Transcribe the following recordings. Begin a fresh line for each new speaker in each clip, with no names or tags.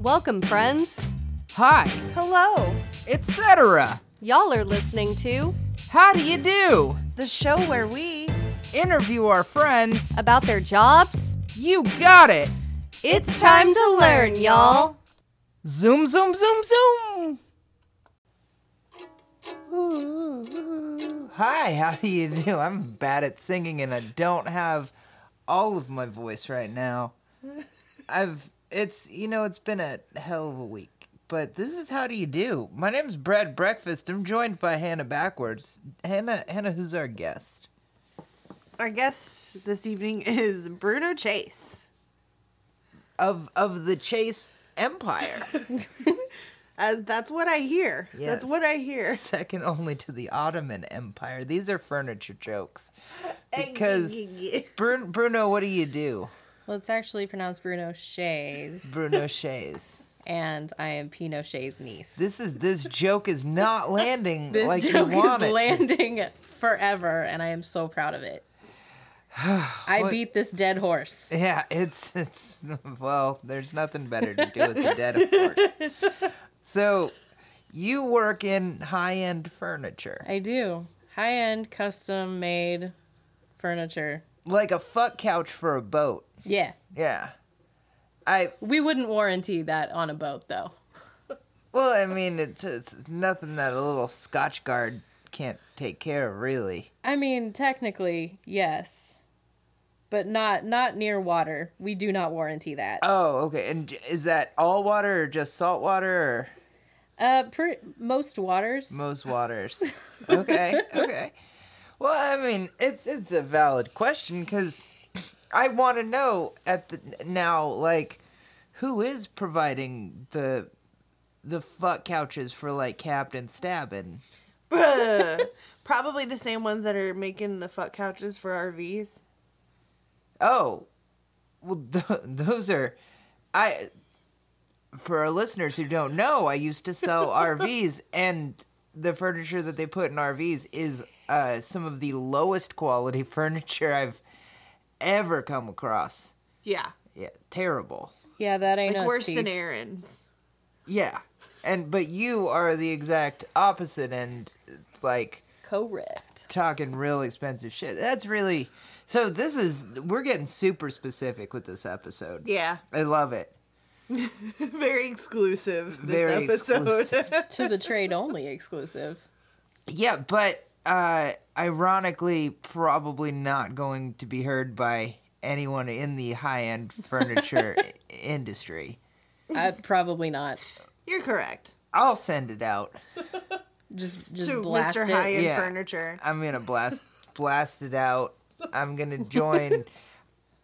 Welcome, friends.
Hi,
Hello,
etc.
Y'all are listening to
How do you do?
the show where we
Interview our friends.
about their jobs.
You got it.
It's time to learn, y'all.
Zoom, zoom, zoom, zoom. Ooh, hi, how do you do? I'm bad at singing and I don't have all of my voice right now. I've, it's, you know, it's been a hell of a week. But this is how do you do? My name's Brad Breakfast. I'm joined by Hannah Backwards. Hannah, Hannah, who's our guest?
our guest this evening is Bruno Chase.
Of of the Chase Empire,
As that's what I hear.
Yes.
That's what I hear.
second only to the Ottoman Empire. These are furniture jokes. Because Brun- Bruno, what do you do?
Well, it's actually pronounced Bruno Shays,
Bruno Shays.
and I am Pinochet's niece.
This is this joke is not landing
This
like
joke
you want
is
it. to.
landing forever, and I am so proud of it. I
What-
beat this dead horse.
Yeah, it's it's well, there's nothing better to do with the dead of course. So you work in high end furniture.
I do. High end, custom made furniture.
Like a fuck couch for a boat.
Yeah.
Yeah. I
We wouldn't warranty that on a boat, though.
well, I mean it's, it's nothing that a little scotch guard can't take care of really.
I mean, technically, yes. But not not near water. We do not warranty that.
Oh, okay. And j- is that all water or just salt water or
Uh, pre- most waters.
most waters? okay, okay. Well, I mean, it's it's a valid question because I want to know at the now like who is providing the the fuck couches for like Captain Stabbin?
Bruh. Probably the same ones that are making the fuck couches for RVs.
Oh, well, th- those are I. For our listeners who don't know, I used to sell RVs, and the furniture that they put in RVs is uh, some of the lowest quality furniture I've ever come across.
Yeah.
Yeah, terrible.
Yeah, that ain't
Like
us,
worse
Chief.
than errands.
Yeah, and but you are the exact opposite, and like
Correct.
talking real expensive shit. That's really so. This is we're getting super specific with this episode.
Yeah.
I love it.
Very exclusive this
Very
episode.
exclusive.
to the trade only exclusive.
Yeah, but uh, ironically, probably not going to be heard by anyone in the high end furniture i- industry.
Uh, probably not.
You're correct.
I'll send it out.
Just just
to
blast
Mr.
it.
High End
Yeah.
Furniture.
I'm gonna blast blast it out. I'm gonna join.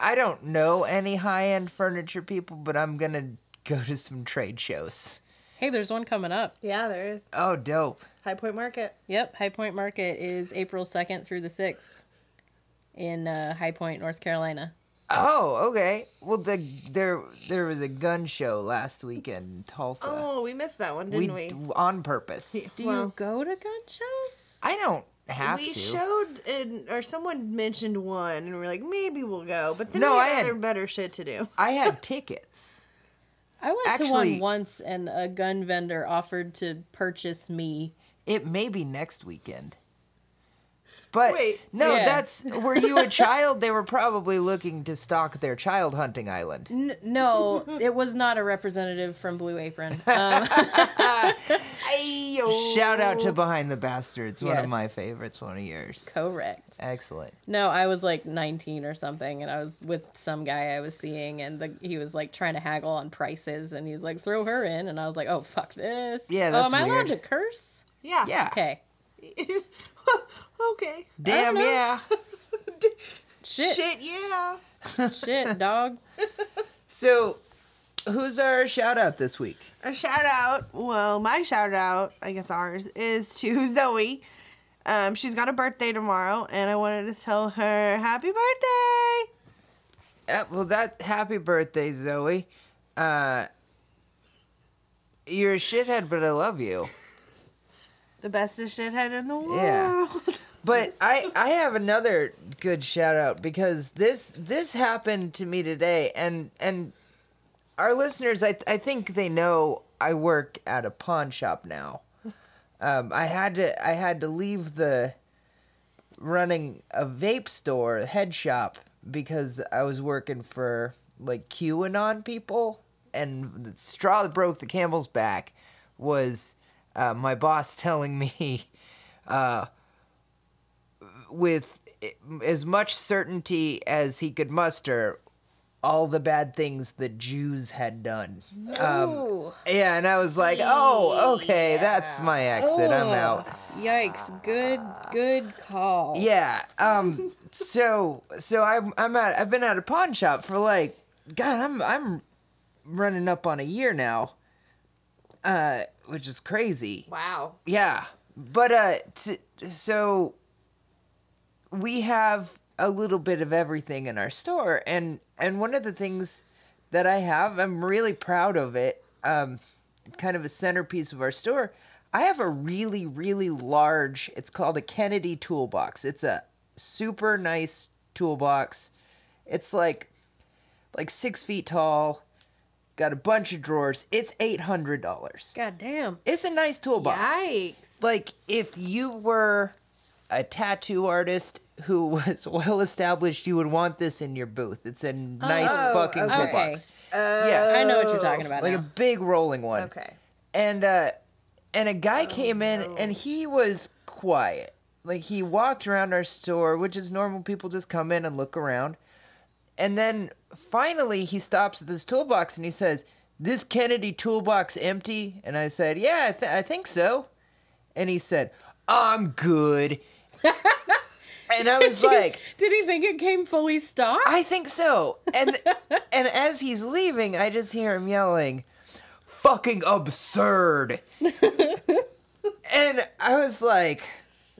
I don't know any high end furniture people, but I'm gonna go to some trade shows.
Hey, there's one coming up.
Yeah, there is.
Oh, dope!
High Point Market.
Yep, High Point Market is April 2nd through the 6th in uh, High Point, North Carolina.
Oh, okay. Well, the there there was a gun show last weekend in Tulsa.
Oh, we missed that one, didn't we?
on purpose.
Do
Well-
you go to gun shows?
I don't have
we
to.
showed and or someone mentioned one and we're like maybe we'll go but then
No,
we
I
had
had-
other better shit to do
I had tickets.
I went
Actually-
to one once and a gun vendor offered to purchase me.
It may be next weekend. But
Wait.
no,
Yeah.
that's were you a child? They were probably looking to stock their child hunting island.
N- no, it was not a representative from Blue Apron. Um,
Shout out to Behind the Bastards, one of
Yes.
my favorites, one of yours.
correct.
Excellent.
No, I was like 19 or something, and I was with some guy I was seeing, and the, he was like trying to haggle on prices, and he was like, "Throw her in," and I was like, "Oh fuck this."
Yeah, that's
Oh, am I
weird.
allowed to curse?
yeah
Yeah.
Okay.
okay
Damn
know.
yeah.
Shit, shit,
shit yeah
dog.
So who's our shout out this week?
a shout out well my shout out i guess ours is to zoe um, she's got a birthday tomorrow and i wanted to tell her happy birthday
Uh, well that happy birthday, Zoe. Uh you're a shithead, but I love you.
the bestest shithead in the world
Yeah. But I I have another good shout out because this this happened to me today and and our listeners, I, I think they know I work at a pawn shop now. Um, I had to I had to leave the running a vape store, a head shop, because I was working for like QAnon people, and the straw that broke the camel's back was uh, my boss telling me. Uh, with as much certainty as he could muster all the bad things that Jews had done. Um,
Ooh.
Yeah, and I was like, oh, okay, that's my exit. I'm out.
Yikes. Good, good call.
Yeah. Um. so so I'm I'm at I've been at a pawn shop for like God I'm I'm running up on a year now. Uh, which is crazy.
Wow.
Yeah. But uh t- so we have a little bit of everything in our store and and one of the things that I have I'm really proud of it um kind of a centerpiece of our store I have a really really large it's called a Kennedy toolbox it's a super nice toolbox it's like like 6 feet tall got a bunch of drawers it's $800
God damn.
it's a nice toolbox
Yikes.
like if you were a tattoo artist who was well established, you would want this in your booth. It's a nice fucking
Oh, okay. Uh,
toolbox.
I
yeah,
know what you're talking about.
like a
now.
big rolling one.
Okay.
And uh, and a guy came in and he was quiet. Like he walked around our store, which is normal. People just come in and look around. And then finally, he stops at this toolbox and he says, "This Kennedy toolbox empty?" And I said, "Yeah, I, th- I think so." And he said, "I'm good." and I was like,
Did he think it came fully stocked?
I think so. And and as he's leaving, I just hear him yelling, "Fucking absurd!" and I was like,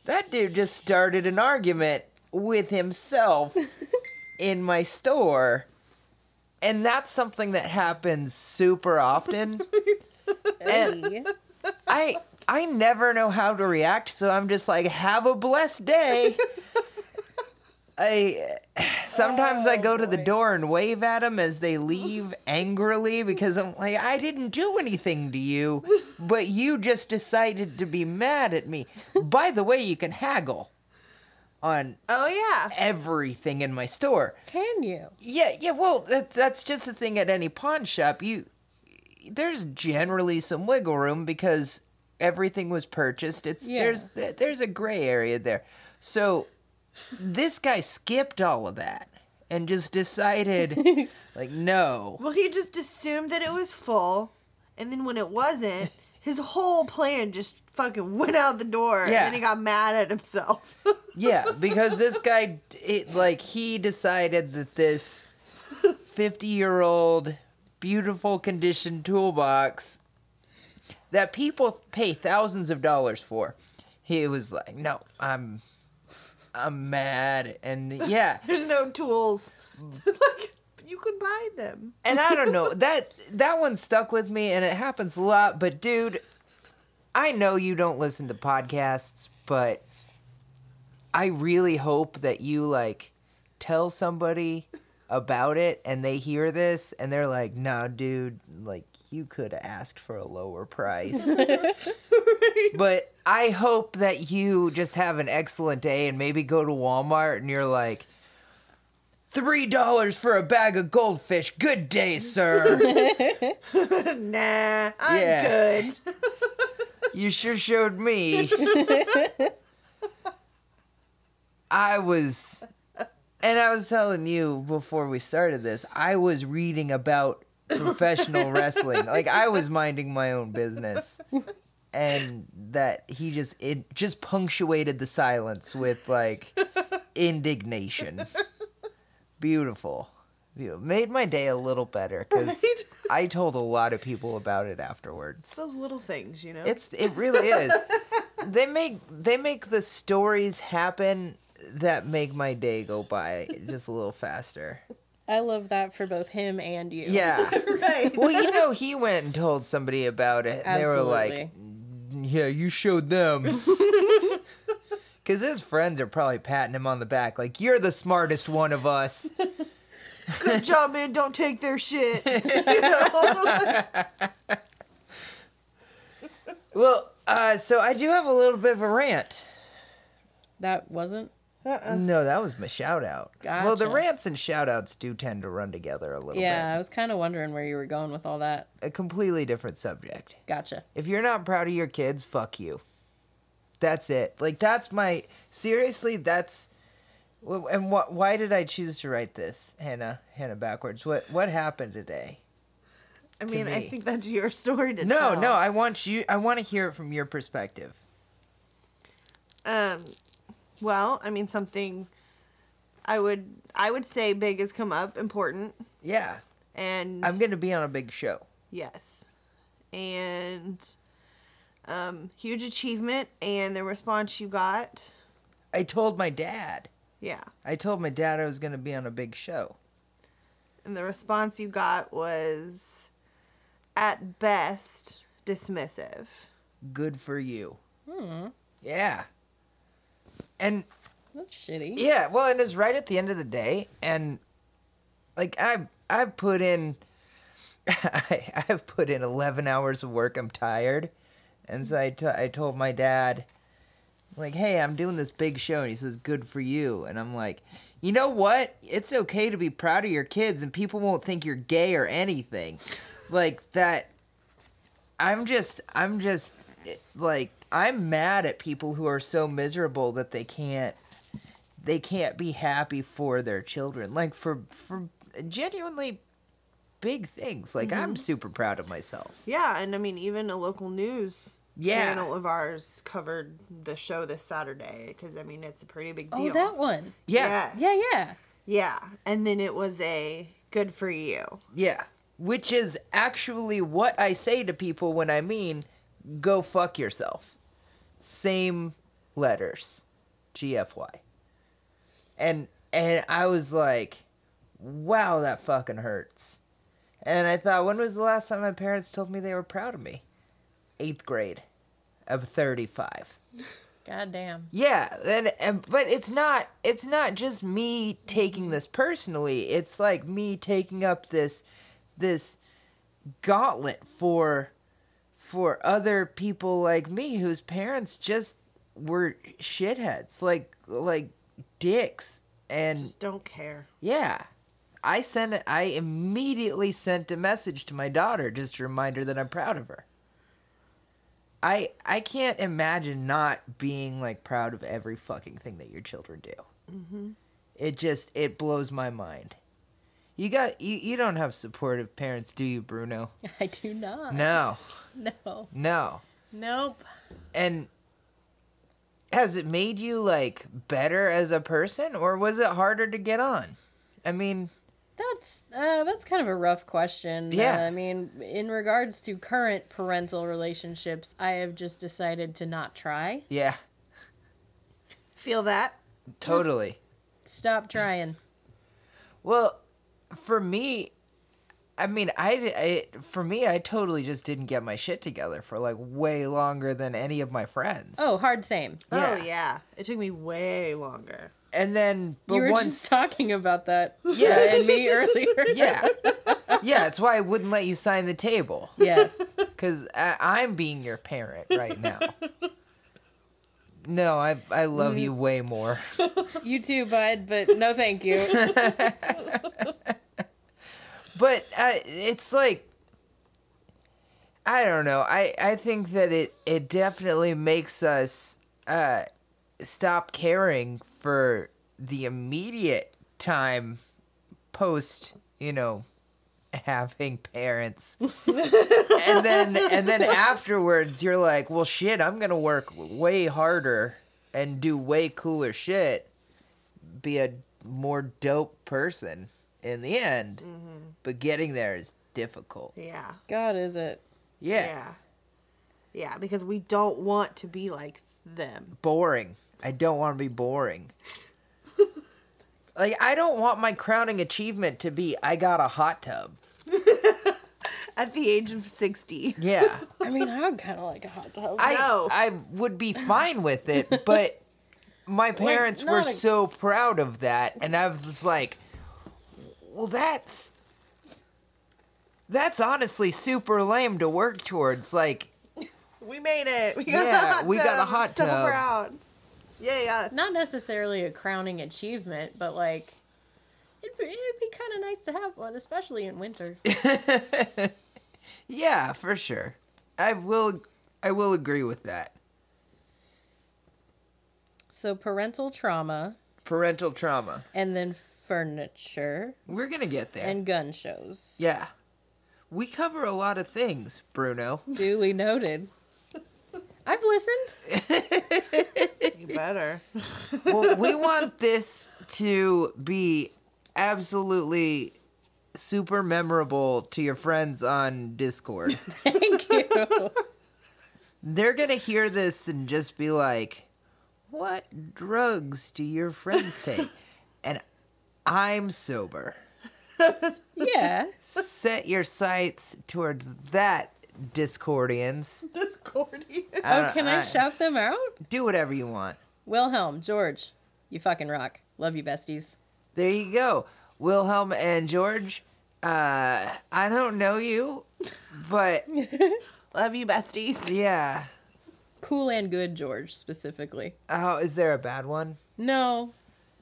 that dude just started an argument with himself in my store. And that's something that happens super often. and
Hey.
I I never know how to react, so I'm just like, have a blessed day. I sometimes I go to the door and wave at them as they leave angrily because I'm like, I didn't do anything to you, but you just decided to be mad at me. By the way, you can haggle on
Oh yeah.
everything in my store.
Can you?
Yeah, yeah. Well, that, that's just the thing at any pawn shop. You there's generally some wiggle room because everything was purchased. It's
Yeah.
there's there- there's a gray area there. So this guy skipped all of that and just decided like no.
Well, he just assumed that it was full, and then when it wasn't, his whole plan just fucking went out the door, and
Yeah.
then he got mad at himself.
Yeah, because this guy it, like he decided that this 50-year-old beautiful condition toolbox that people pay thousands of dollars for. He was like, "No, I'm I'm mad." And yeah,
There's no tools.
Mm.
like you can buy them.
and I don't know. That that one stuck with me and it happens a lot, but dude, I know you don't listen to podcasts, but I really hope that you like tell somebody about it and they hear this and they're like, "No, dude, like you could have asked for a lower price." but I hope that you just have an excellent day and maybe go to Walmart and you're like, Three dollars for a bag of goldfish. Good day, sir.
Nah, I'm
Yeah.
good.
you sure showed me. I was, and I was telling you before we started this, I was reading about professional wrestling. Like I was minding my own business, and that he just it just punctuated the silence with like indignation. Beautiful. Beautiful. Made my day a little better because
Right?
I told a lot of people about it afterwards.
Those little things, you know.
It's it really is. they make they make the stories happen that make my day go by just a little faster.
I love that for both him and you.
Yeah.
right.
Well, you know, he went and told somebody about it, and they were like, "Yeah, you showed them." Because his friends are probably patting him on the back, like, "You're the smartest one of us."
Good job, man. Don't take their shit. You know?
Well, uh, so I do have a little bit of a rant.
That wasn't.
No, that was my shout out. Well, the
Uh-uh. Gotcha.
rants and shout outs do tend to run together a little
Yeah, I
bit.
was kind of wondering where you were going with all that.
A completely different subject.
Gotcha.
If you're not proud of your kids, fuck you. That's it. Like that's my seriously. That's wh- and what? Why did I choose to write this, Hannah? Hannah backwards. What what happened today?
I mean, I
me.
think that's your story to
No,
tell.
no. I want you. I want to hear it from your perspective.
Um, well, I mean, something I would I would say big has come up, important,
Yeah,
and
I'm gonna be on a big show.
yes, and um, huge achievement, and the response you got,
I told my dad.
yeah,
I told my dad I was gonna be on a big show.
and the response you got was at best dismissive.
Good for you. Yeah. And
That's shitty.
Yeah, well, and it was right at the end of the day, and like I I put in I I've put in eleven hours of work. I'm tired, and so I t- I told my dad, like, hey, I'm doing this big show, and he says, good for you, and I'm like, you know what? It's okay to be proud of your kids, and people won't think you're gay or anything, like that. I'm just I'm just like I'm mad at people who are so miserable that they can't they can't be happy for their children like for for genuinely big things like i'm super proud of myself
Yeah, and I mean, even a local news
Yeah.
channel of ours covered the show this Saturday because I mean, it's a pretty big
Oh,
deal.
that one.
yeah
Yes.
Yeah, yeah.
Yeah, and then it was a good for you.
yeah, which is actually what i say to people when i mean go fuck yourself same letters gfy and and i was like wow that fucking hurts and i thought when was the last time my parents told me they were proud of me eighth grade of 35
God damn.
Yeah, and, and but it's not it's not just me taking this personally. It's like me taking up this this gauntlet for for other people like me whose parents just were shitheads, like like dicks and
Just don't care.
yeah. I sent it I immediately sent a message to my daughter just a reminder that I'm proud of her. I I can't imagine not being like proud of every fucking thing that your children do. It just it blows my mind. You got you, you don't have supportive parents, do you, Bruno?
I do not.
No.
No.
No.
Nope.
And has it made you like better as a person or was it harder to get on? I mean,
That's uh, that's kind of a rough question.
Yeah.
Uh, I mean, in regards to current parental relationships, I have just decided to not try.
yeah,
Feel that?
totally.
Stop trying.
Well, for me, I mean, I, I for me, I totally just didn't get my shit together for like way longer than any of my friends.
Oh, hard same.
Yeah.
Oh yeah. It took me way longer.
and then but
you were
once,
just talking about that.
Yeah.
uh, and me earlier.
yeah, yeah, it's why I wouldn't let you sign the table
Yes.
because I'm being your parent right now. No, I I love
Mm.
you way more.
You too, bud. But no, thank you.
but uh, it's like I don't know. I I think that it it definitely makes us uh stop caring for the immediate time post, you know, having parents. and then and then afterwards you're like, "Well, shit, I'm going to work way harder and do way cooler shit." be a more dope person in the end, but getting there is difficult.
Yeah.
God, is it?
Yeah.
Yeah. Yeah, because we don't want to be like them.
Boring. I don't want to be boring. like, I don't want my crowning achievement to be I got a hot tub.
At the age of sixty.
Yeah.
I mean, I would kind of like a hot tub.
I,
No.
I would be fine with it, but my parents were
not a-
so proud of that, and I was like, Well, that's that's honestly super lame to work towards. Like,
We made it. We got
Yeah,
a hot
we got a
tub.
hot
so
tub.
proud. Yeah, yeah.
Not necessarily a crowning achievement, but like it'd be, it'd be kind of nice to have one, especially in winter.
yeah, for sure. I will I will agree with that.
so parental trauma,
Parental trauma.
and then furniture
We're gonna get there.
and gun shows.
yeah. We cover a lot of things, Bruno.
Duly noted. I've listened.
You better.
well, we want this to be absolutely super memorable to your friends on Discord.
Thank you.
They're gonna hear this and just be like, "What drugs do your friends take?" and I'm sober.
yeah.
Set your sights towards that, Discordians.
This corny.
Oh, can I
I-
shout them out?
Do whatever you want.
Wilhelm, George, you fucking rock. Love you, besties.
There you go. Wilhelm and George, uh, I don't know you, but
Love you, besties.
yeah.
Cool and good, George, specifically.
Oh, is there a bad one?
No.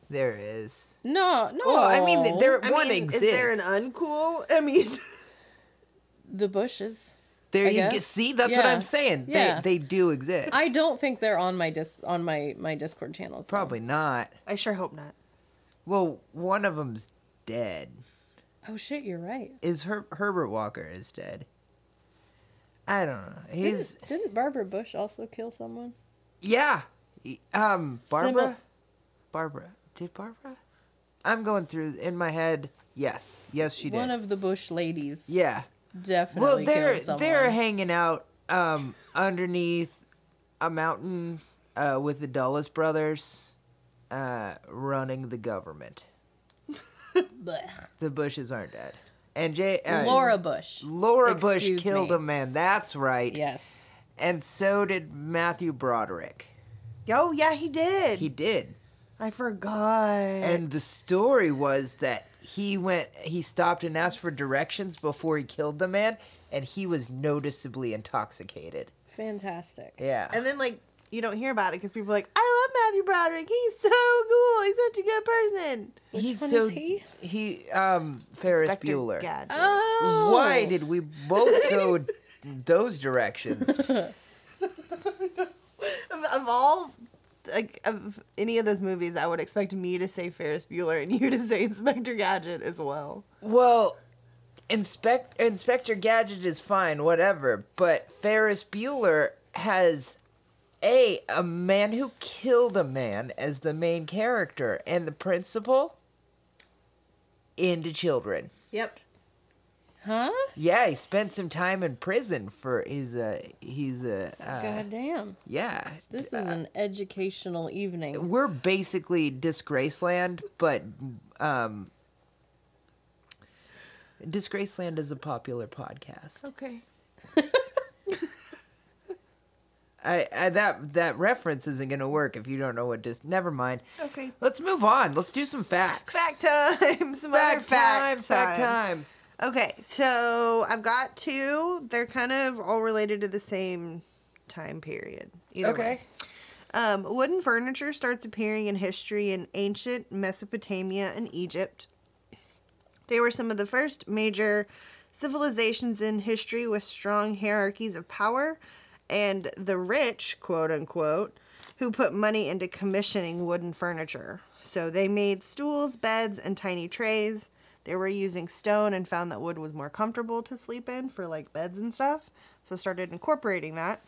There is.
No, no.
Well, I mean, there
I
one
mean,
exists.
Is there an uncool? I mean,
the bushes.
There
I
you
guess.
g- see. That's what
Yeah.
I'm saying.
Yeah.
They they do exist.
I don't think they're on my dis- on my my Discord channels. though.
Probably not.
I sure hope not.
Well, one of them's dead.
Oh shit, you're right.
Is Her- Herbert Walker is dead? I don't know. He's
Didn't, didn't Barbara Bush also kill someone?
yeah. He- Um,
Sybil-
Barbara. Barbara. Did Barbara? I'm going through in my head. Yes. Yes, she did.
One of the Bush ladies
yeah. Well,
definitely
they're
killed someone.
they're hanging out um, underneath a mountain uh, with the Dulles brothers uh, running the government.
Blech.
The Bushes aren't dead, and Jay uh,
Laura Bush.
Laura Bush
Excuse
killed
me.
a man. That's right.
Yes.
And so did Matthew Broderick.
Yo, yeah, he did.
He did.
I forgot.
And the story was that he went, he stopped and asked for directions before he killed the man, and he was noticeably intoxicated.
Fantastic.
Yeah.
And then like you don't hear about it because people are like, I love Matthew Broderick. He's so cool. He's such a good person.
Which
He's
one
so
is he?
he um Ferris
Inspector
Bueller.
Gadget.
Oh.
Why did we both go those directions?
Of, of all like of any of those movies, I would expect me to say Ferris Bueller and you to say Inspector Gadget as well.
Well, Inspect Inspector Gadget is fine, whatever, but Ferris Bueller has a a man who killed a man as the main character and the principal into children.
Yep.
Huh?
Yeah, he spent some time in prison for his uh he's a uh,
God damn.
yeah.
This is an educational evening.
we're basically Disgraceland, but um, Disgraceland is a popular podcast.
Okay.
I, I that that reference isn't gonna work if you don't know what dis. Never mind.
Okay.
Let's move on. Let's do some facts.
Fact time. Some other
Fact time.
fact
Fact time.
Okay, so I've got two. They're kind of all related to the same time period. Either way.
Okay.
Um, wooden furniture starts appearing in history in ancient Mesopotamia and Egypt. They were some of the first major civilizations in history with strong hierarchies of power, and the rich, quote unquote, who put money into commissioning wooden furniture. So they made stools, beds, and tiny trays. They were using stone and found that wood was more comfortable to sleep in for like beds and stuff, so started incorporating that.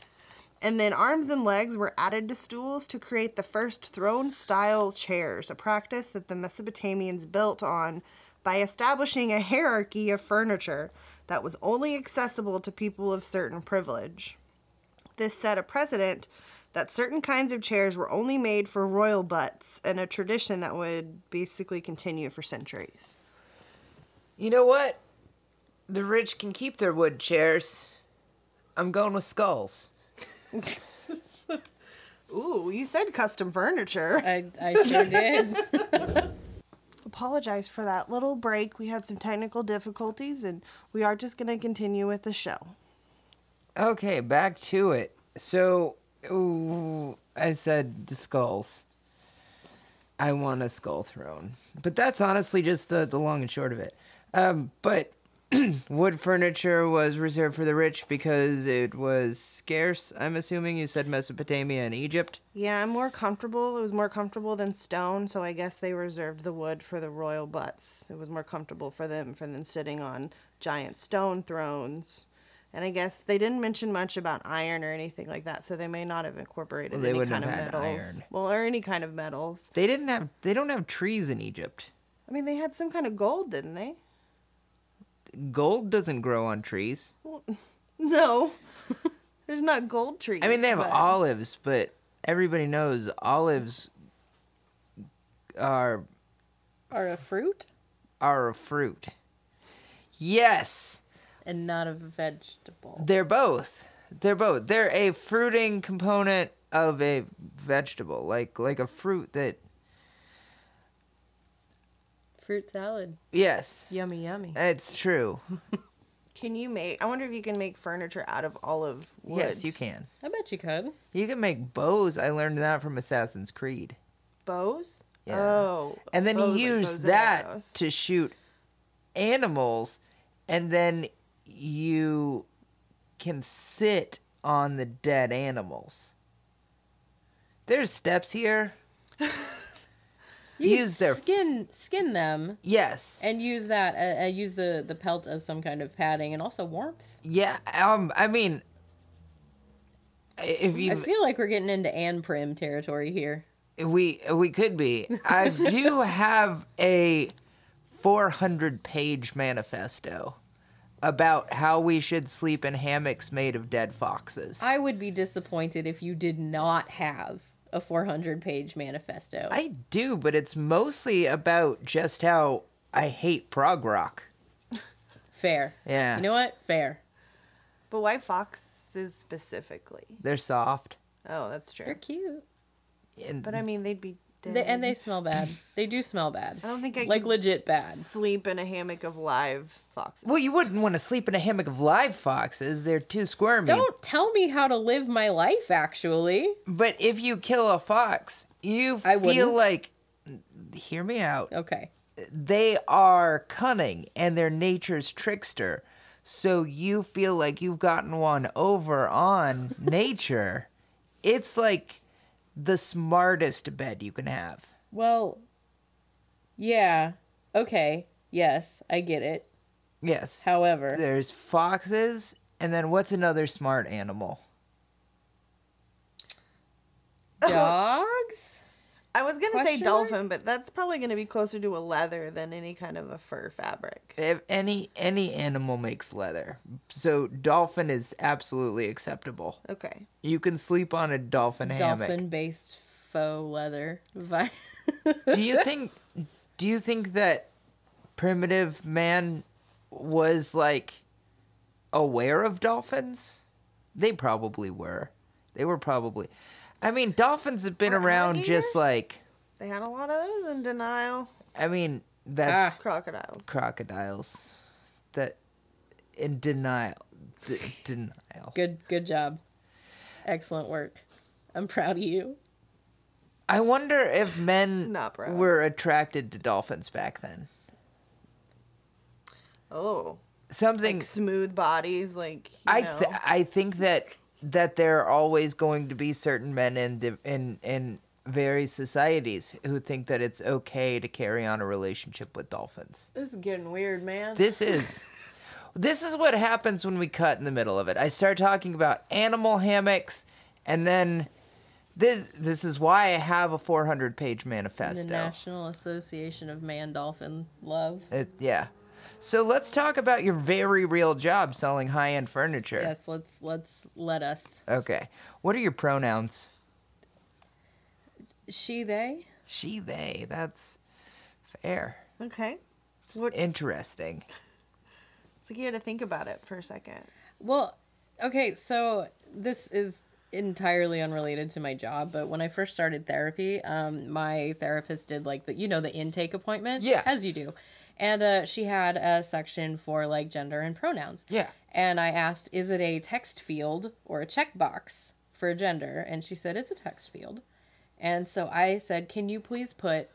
And then arms and legs were added to stools to create the first throne style chairs, a practice that the Mesopotamians built on by establishing a hierarchy of furniture that was only accessible to people of certain privilege. This set a precedent that certain kinds of chairs were only made for royal butts, and a tradition that would basically continue for centuries.
You know what? The rich can keep their wood chairs. I'm going with skulls.
Ooh, you said custom furniture.
I, I sure did.
apologize for that little break. We had some technical difficulties, and we are just going to continue with the show.
Okay, back to it. So, ooh, I said the skulls. I want a skull throne, but that's honestly just the the long and short of it. Um, but wood furniture was reserved for the rich because it was scarce. I'm assuming you said Mesopotamia and Egypt.
Yeah, I'm more comfortable. It was more comfortable than stone, so I guess they reserved the wood for the royal butts. It was more comfortable for them for than sitting on giant stone thrones. And I guess they didn't mention much about iron or anything like that, so they may not have incorporated
Well, they
any
wouldn't
kind of
have had
metals.
iron.
Well, or any kind of metals.
They didn't have they don't have trees in Egypt.
I mean, they had some kind of gold, didn't they?
Gold doesn't grow on trees.
No. There's not gold trees.
I mean, they have
but-
olives, but everybody knows olives are
Or a fruit
are a fruit. Yes,
and not a vegetable.
they're both. They're both. They're a fruiting component of a vegetable, like like a fruit that.
Fruit salad.
Yes,
Yummy, yummy.
it's true.
Can you make? I wonder if you can make furniture out of olive wood.
Yes, you can.
I bet you could.
You can make bows. I learned that from Assassin's Creed.
Bows.
Yeah.
Oh.
And then
bows, like
you use
bows and
that
arrows.
to shoot animals, and then you can sit on the dead animals. There's steps here.
You
Use
use
their-
their skin skin them
Yes.
and use that uh, uh, use the the pelt as some kind of padding and also warmth.
Yeah. Um. I mean, i- if
I
you
feel like we're getting into Anne Prim territory here.
we we could be. I do have a 400 page manifesto about how we should sleep in hammocks made of dead foxes.
I would be disappointed if you did not have a 400 page manifesto.
I do, but it's mostly about just how I hate prog rock.
Fair.
Yeah.
You know what? Fair.
But why foxes specifically?
They're soft.
Oh, that's true.
They're cute.
And
But I mean, they'd be dead.
They, and they smell bad. They do smell bad.
I don't think I
like
could-
legit bad.
sleep in a hammock of live foxes.
well, you wouldn't want to sleep in a hammock of live foxes. They're too squirmy.
Don't tell me how to live my life. Actually,
But if you kill a fox, you
I
feel
wouldn't.
like hear me out.
okay.
They are cunning and they're nature's trickster. So you feel like you've gotten one over on nature. It's like the smartest bed you can have.
Well, yeah. Okay. Yes, I get it.
Yes.
However,
There's foxes, and then what's another smart animal?
dogs.
I was gonna say
Question mark?
dolphin, but that's probably gonna be closer to a leather than any kind of a fur fabric.
If any any animal makes leather, so dolphin is absolutely acceptable.
Okay.
You can sleep on a dolphin, hammock.
Dolphin-based faux leather. Vi-
Do you think? Do you think that primitive man was like aware of dolphins? They probably were. They were probably. I mean, dolphins have been
Or
around
alligators?
just like.
They had a lot of those in denial.
I mean, that's
Ah. Crocodiles.
crocodiles that in denial d- denial
good. Good job. Excellent work. I'm proud of you.
i wonder if men
Not proud.
were attracted to dolphins back then
Oh,
something
smooth bodies, like you
i
know.
th- i think that that there are always going to be certain men in the, in in various societies who think that it's okay to carry on a relationship with dolphins
this is getting weird, man.
This is this is what happens when we cut in the middle of it. I start talking about animal hammocks and then this this is why I have a 400 page
The
manifesto.
National Association of Man Dolphin Love.
It- yeah. So let's talk about your very real job selling high-end furniture.
Yes, let's let's let us.
Okay. What are your pronouns?
She they.
She, they. That's fair.
okay.
It's
What-
interesting.
It's like you had to think about it for a second.
Well, okay, so this is entirely unrelated to my job, but when I first started therapy, um, my therapist did like the you know the intake appointment,
Yeah.
as you do, and uh, she had a section for like gender and pronouns.
Yeah.
And I asked, is it a text field or a checkbox for gender? And she said it's a text field. And so I said, can you please put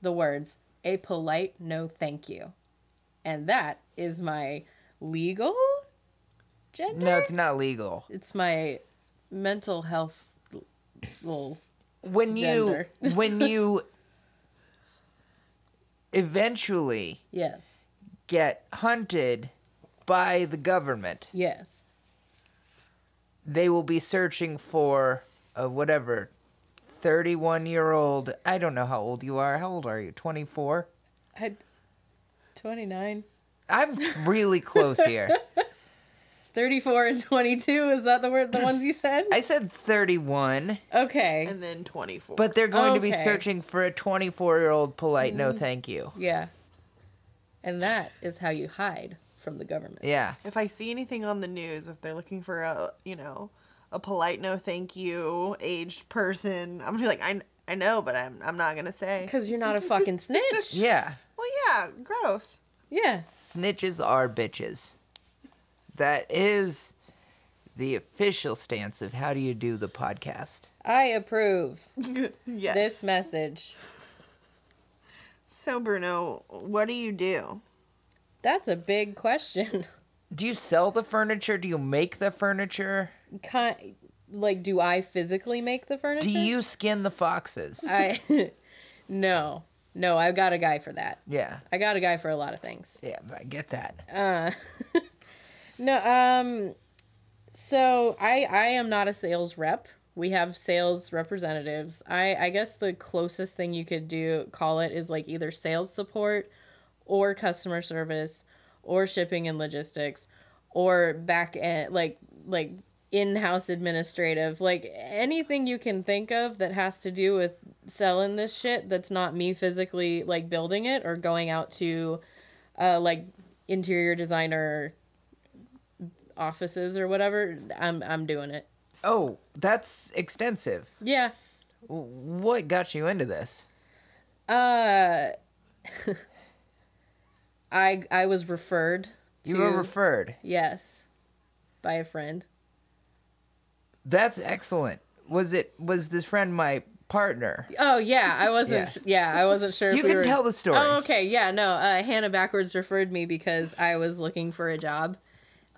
the words a polite no thank you, and that is my legal gender.
No, it's not legal.
It's my mental health. l- Well,
When you when you eventually
yes,
get hunted by the government,
yes,
they will be searching for a whatever 31 year old. I don't know how old you are. How old are you? 24?
I, twenty nine.
I'm really close here.
34 and 22 is that the word the ones you said
I said 31,
okay
And then 24.
but they're going to be
Okay. Mm.
searching for a 24 year old polite no thank you.
yeah and that is how you hide from the government
Yeah.
if I see anything on the news, if they're looking for a, you know, a polite no thank you aged person, I'm gonna be like, I, I know, but I'm, I'm not gonna say.
because you're not a fucking snitch
Yeah.
Well, yeah, gross.
yeah
Snitches are bitches. That is the official stance of how do you do the podcast.
i approve
Yes.
this message
so, Bruno, what do you do?
that's a big question
Do you sell the furniture? Do you make the furniture?
Ki like do i physically make the furniture
Do you skin the foxes?
i no no i've got a guy for that
Yeah.
i got a guy for a lot of things
Yeah, I get that.
No, um so I I am not a sales rep. We have sales representatives. I I guess the closest thing you could do call it is like either sales support or customer service or shipping and logistics or back end like like in-house administrative like anything you can think of that has to do with selling this shit that's not me physically like building it or going out to uh like interior designer offices or whatever, I'm I'm doing it.
Oh, that's extensive.
Yeah.
What got you into this?
Uh I I was referred to
You were referred.
Yes. By a friend.
That's excellent. Was it was this friend my partner?
Oh yeah, I wasn't
Yes.
yeah, I wasn't sure
You
if we
can
were-
tell the story.
Oh okay, yeah, no. Uh Hannah backwards referred me because I was looking for a job.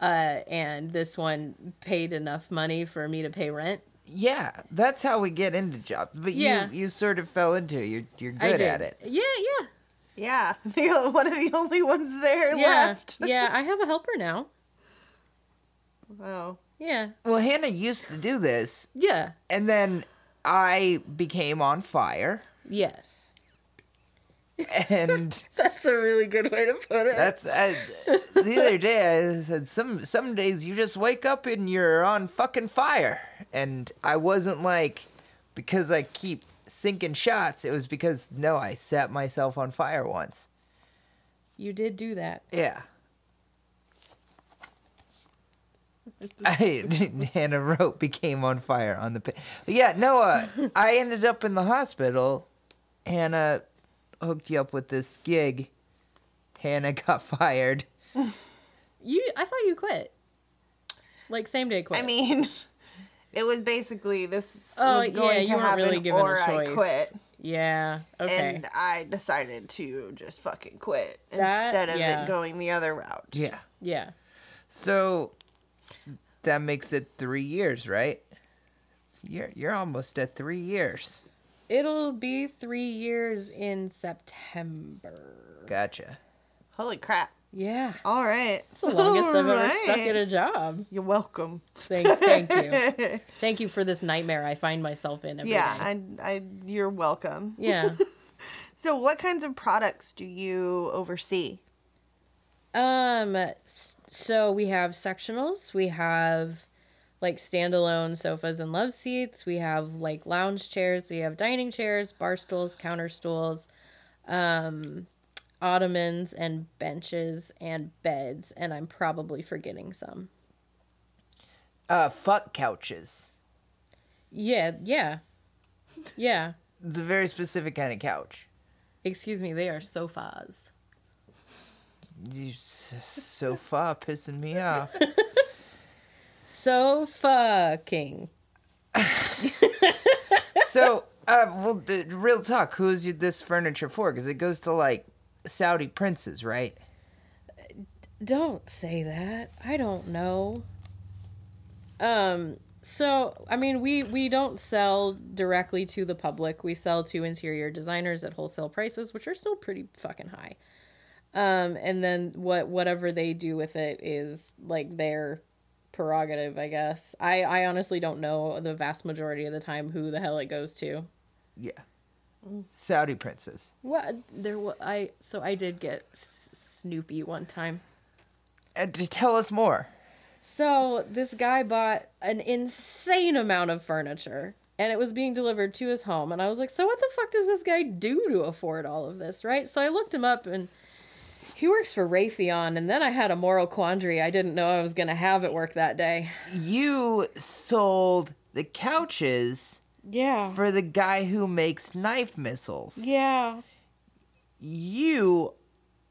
Uh and this one paid enough money for me to pay rent.
Yeah, that's how we get into jobs. But
Yeah.
you you sort of fell into it. You're you're
I
good
did.
at it.
Yeah, yeah.
Yeah, the, one of the only ones there
Yeah.
left.
Yeah, I have a helper now.
Oh,
Yeah.
Well, Hannah used to do this,
Yeah.
and then I became on fire,
Yes.
and
That's a really good way to put it.
that's I, the other day. I said some some days you just wake up and you're on fucking fire, and I wasn't like because I keep sinking shots. It was because no, I set myself on fire once.
you did do that.
Yeah. I, Hannah wrote became on fire on the pa- But yeah no uh, I ended up in the hospital Hannah hooked you up with this gig Hannah got fired
You, I thought you quit. Like same day
I
quit.
mean, it was basically this
oh
was
yeah,
going
you
to
weren't
happen,
really given
or
a choice.
I quit.
Yeah. Okay.
and I decided to just fucking quit
That-
instead of
yeah.
it going the other route.
yeah
yeah.
so that makes it three years right you're you're almost at three years
It'll be three years in September.
gotcha
Holy crap!
Yeah.
All right,
It's the longest I've ever stuck at a job.
You're welcome.
Thank, thank you. thank you for this nightmare I find myself in every day.
yeah, I, I, you're welcome.
yeah.
So, what kinds of products do you oversee?
Um. s- So we have sectionals. We have like standalone sofas and love seats. We have like lounge chairs. We have dining chairs, bar stools, counter stools, um, ottomans and benches and beds. And I'm probably forgetting some.
uh fuck couches
Yeah, yeah. Yeah.
It's a very specific kind of couch.
Excuse me, they are sofas.
You s- so far pissing me off.
So fucking.
So, uh, well, d- real talk. Who's you- this furniture for? Because it goes to like Saudi princes, right?
Don't say that. I don't know. Um so I mean we we don't sell directly to the public. We sell to interior designers at wholesale prices, which are still pretty fucking high. Um and then what whatever they do with it is like their prerogative, I guess. I I honestly don't know the vast majority of the time who the hell it goes to.
Yeah. Saudi princes.
What there was I so I did get S- Snoopy one time.
Uh, d- tell us more.
So this guy bought an insane amount of furniture and it was being delivered to his home and I was like, "So what the fuck does this guy do to afford all of this?" Right? So I looked him up and he works for Raytheon and then I had a moral quandary I didn't know I was going to have at work that day.
You sold the couches
Yeah.
for the guy who makes knife missiles.
Yeah.
You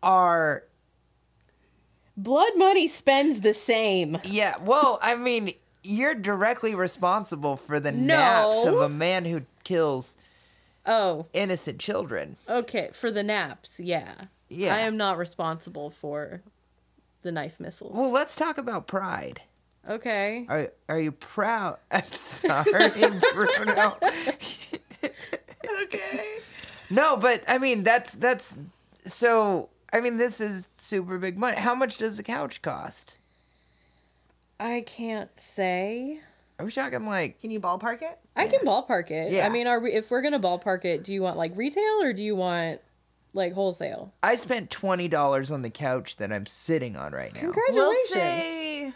are.
Blood money spends the same.
Yeah, well, I mean, you're directly responsible for the naps of
No.
a man who kills
Oh,
innocent children.
okay, for the naps. Yeah.
Yeah.
I am not responsible for the knife missiles.
Well, let's talk about pride.
okay.
Are are you proud? I'm sorry, Bruno.
Okay.
No, but I mean that's that's so I mean this is super big money. How much does a couch cost?
I can't say.
Are we talking like
Can you ballpark it?
I can ballpark it.
Yeah.
I mean, are we if we're gonna ballpark it, do you want like retail or do you want like wholesale?
I spent twenty dollars on the couch that I'm sitting on right now.
Congratulations.
We'll say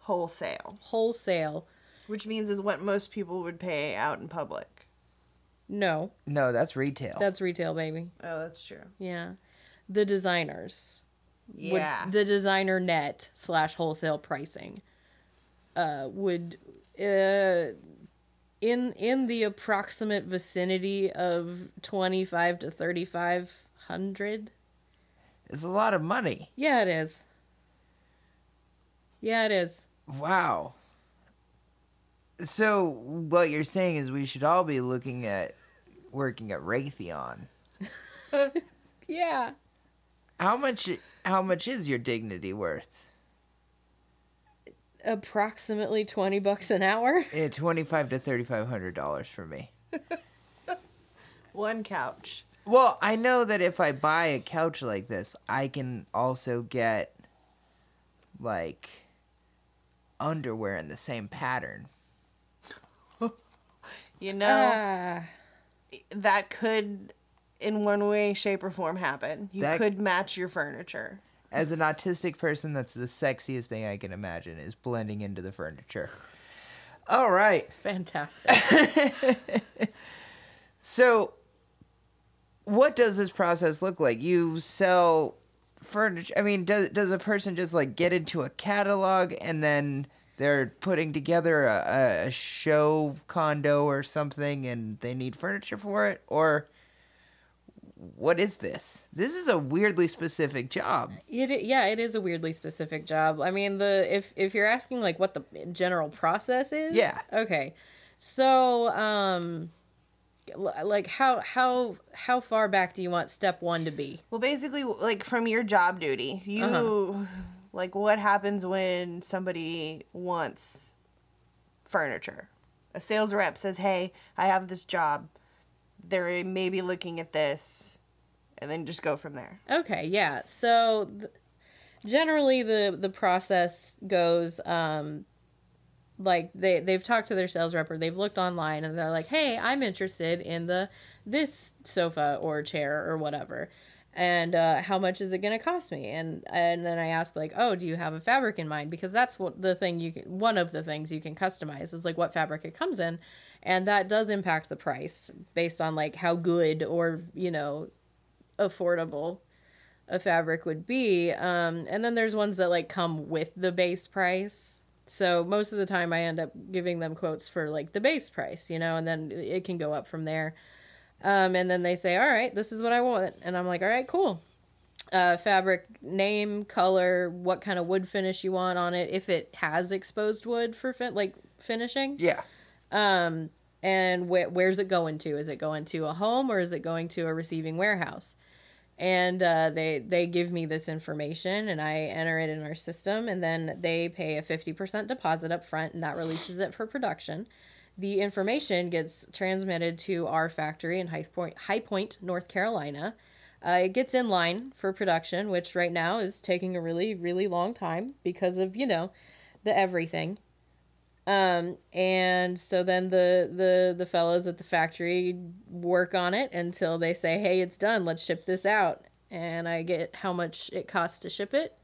wholesale,
wholesale.
which means is what most people would pay out in public.
No,
No, that's retail.
that's retail, baby.
Oh, that's true.
Yeah. The designers. would-
Yeah.
the designer net slash wholesale pricing uh, would uh, in in the approximate vicinity of twenty five to thirty five hundred.
it's a lot of money.
Yeah, it is. Yeah, it is.
Wow. So what you're saying is we should all be looking at working at Raytheon.
Yeah.
How much how much is your dignity worth?
approximately 20 bucks an hour.
Yeah, twenty five Eh, to thirty five hundred dollars for me.
One couch.
Well, I know that if I buy a couch like this, I can also get like underwear in the same pattern.
You know,
Ah,
that could, in one way, shape, or form, happen. You
That-
could match your furniture.
As an autistic person, that's the sexiest thing I can imagine is blending into the furniture. All right.
fantastic.
So what does this process look like? You sell furniture. I mean, does does a person just like get into a catalog and then they're putting together a, a- a show condo or something and they need furniture for it or what is this? This is a weirdly specific job.
it, i- yeah, it is a weirdly specific job. I mean, the if if you're asking like what the general process is,
Yeah.
Okay. So, um l- like how how how far back do you want step 1 to be?
Well, basically, like from your job duty, you Uh-huh. like what happens when somebody wants furniture? A sales rep says, "Hey, I have this job. They're eh, maybe looking at this," and then just go from there.
Okay, yeah. So th- generally the the process goes um like they they've talked to their sales rep or they've looked online and they're like, "Hey, I'm interested in the this sofa or chair or whatever." And uh, how much is it going to cost me? And and then I ask like, "Oh, do you have a fabric in mind?" Because that's what the thing you can one of the things you can customize is like what fabric it comes in, and that does impact the price based on like how good or, you know, affordable a fabric would be. Um, and then there's ones that like come with the base price. So most of the time I end up giving them quotes for like the base price, you know, and then it can go up from there. Um, and then they say, all right, this is what I want. And I'm like, all right, cool. Uh, fabric name, color, what kind of wood finish you want on it, if it has exposed wood for fin- like finishing
Yeah.
and wh- where's it going to? Is it going to a home or is it going to a receiving warehouse? And uh, they they give me this information, and I enter it in our system, and then they pay a fifty percent deposit up front, and that releases it for production. The information gets transmitted to our factory in High Point, High Point North Carolina. Uh, it gets in line for production, which right now is taking a really, really long time because of you know the everything. Um, and so then the the the fellows at the factory work on it until they say, "Hey, it's done. Let's ship this out." And I get how much it costs to ship it,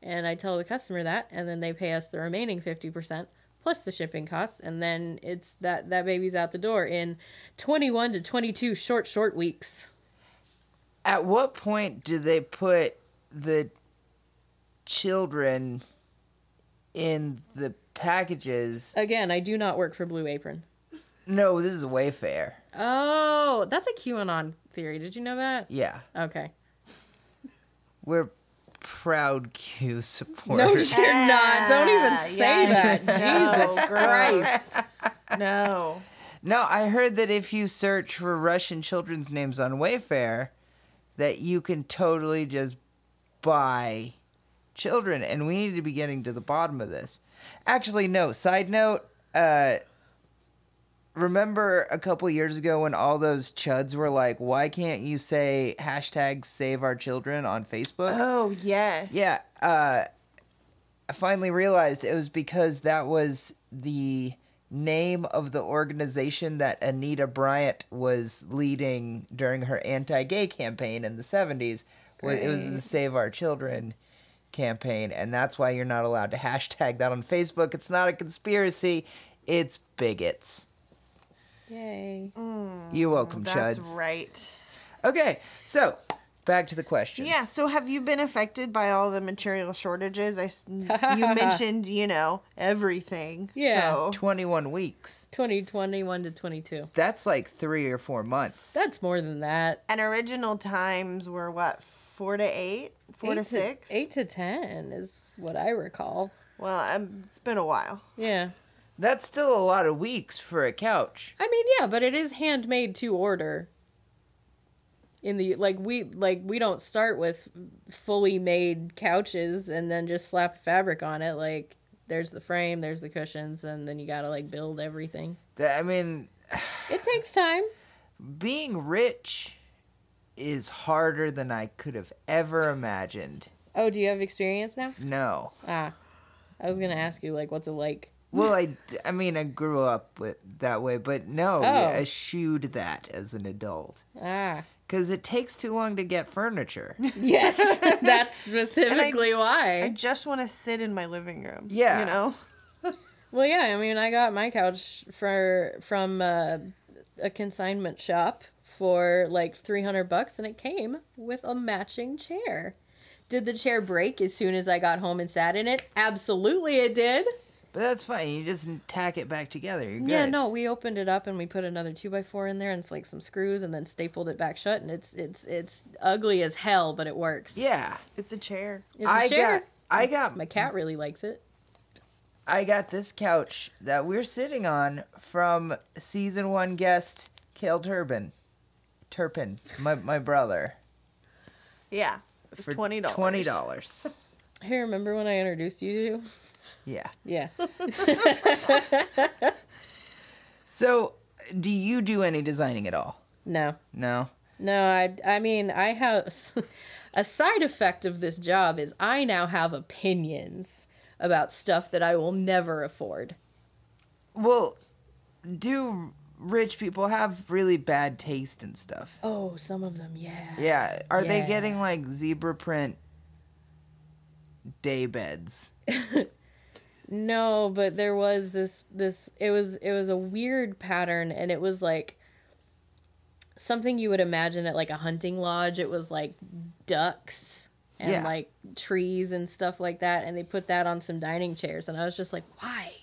and I tell the customer that, and then they pay us the remaining fifty percent plus the shipping costs, and then it's that that baby's out the door in twenty one to twenty two short short weeks.
At what point do they put the children in the packages?
Again, I do not work for Blue Apron.
No, this is Wayfair.
Oh, that's a QAnon theory. Did you know that?
Yeah.
Okay.
We're proud Q
No,
supporters.
you're not. Don't even
Ah,
say
yes.
that. Jesus
No.
Christ.
No.
No, I heard that if you search for Russian children's names on Wayfair, that you can totally just buy children, and we need to be getting to the bottom of this. Actually, no. Side note: uh, Remember a couple years ago when all those chuds were like, "Why can't you say hashtag Save Our Children on Facebook?"
Oh yes.
Yeah, uh, I finally realized it was because that was the name of the organization that Anita Bryant was leading during her anti-gay campaign in the 70s. Well, It was the Save Our Children campaign, and that's why you're not allowed to hashtag that on Facebook. It's not a conspiracy. It's bigots.
Yay.
Mm.
You're welcome,
That's
chuds.
right.
Okay, so back to the questions.
Yeah. So, have you been affected by all the material shortages? I s- you mentioned, you know, everything.
Yeah.
So.
21 weeks.
2021 to 22.
That's like three or four months.
That's more than that.
And original times were what four to eight, four
Eight
to six.
8 to 10 is what I recall.
Well, um, it's been a while.
Yeah.
That's still a lot of weeks for a couch.
I mean, yeah, but it is handmade to order. In the like we like we don't start with fully made couches and then just slap fabric on it like there's the frame, there's the cushions and then you got to like build everything.
That- I mean,
It takes time.
being rich is harder than I could have ever imagined.
Oh, do you have experience now?
No.
Ah, I was gonna ask you like, what's it like?
Well, I, d- I mean, I grew up with, that way, but no,
Oh.
I eschewed that as an adult.
Ah,
Because it takes too long to get furniture. Yeah.
yes, that's specifically
I
why.
just want to sit in my living room.
Yeah.
You know.
Well, yeah, I mean, I got my couch for from uh, a consignment shop for like three hundred bucks, and it came with a matching chair. Did the chair break as soon as I got home and sat in it? Absolutely, it did.
But that's fine. You just tack it back together. You're good.
Yeah, no, we opened it up and we put another two by four in there and it's like some screws and then stapled it back shut and it's it's it's ugly as hell, but it works.
Yeah.
It's a chair.
It's a
I
chair.
got, I got
My cat really likes it.
I got this couch that we're sitting on from season one guest Kale Turpin. Turpin, my, my brother.
Yeah. It's
For
twenty dollars.
Twenty dollars.
Hey, remember when I introduced you to?
Yeah.
Yeah.
So do you do any designing at all?
No.
No?
No, I I mean, I have a side effect of this job is I now have opinions about stuff that I will never afford.
Well, do rich people have really bad taste and stuff?
Oh, some of them, yeah.
Yeah. Are they
Yeah.
getting like zebra print day beds?
No, but there was this this it was it was a weird pattern and it was like something you would imagine at like a hunting lodge. It was like ducks and
Yeah.
like trees and stuff like that. And they put that on some dining chairs. And I was just like, why?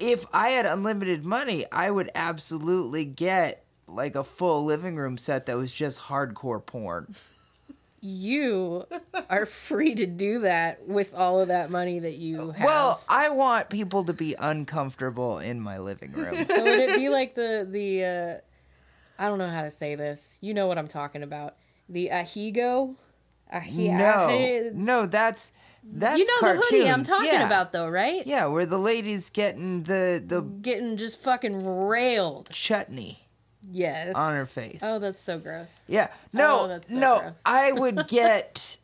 if I had unlimited money, I would absolutely get like a full living room set that was just hardcore porn.
You are free to do that with all of that money that you have.
Well, I want people to be uncomfortable in my living room.
So would it be like the the uh, I don't know how to say this. You know what I'm talking about. The ahigo. Ahi-
no, no, that's that's
you know
cartoons.
the hoodie I'm talking
yeah.
about though, right?
Yeah, where the lady's getting the the
Getting just fucking railed.
chutney
Yes.
on her face.
Oh, that's so gross.
Yeah. No.
Oh, that's so
no.
gross.
I would get,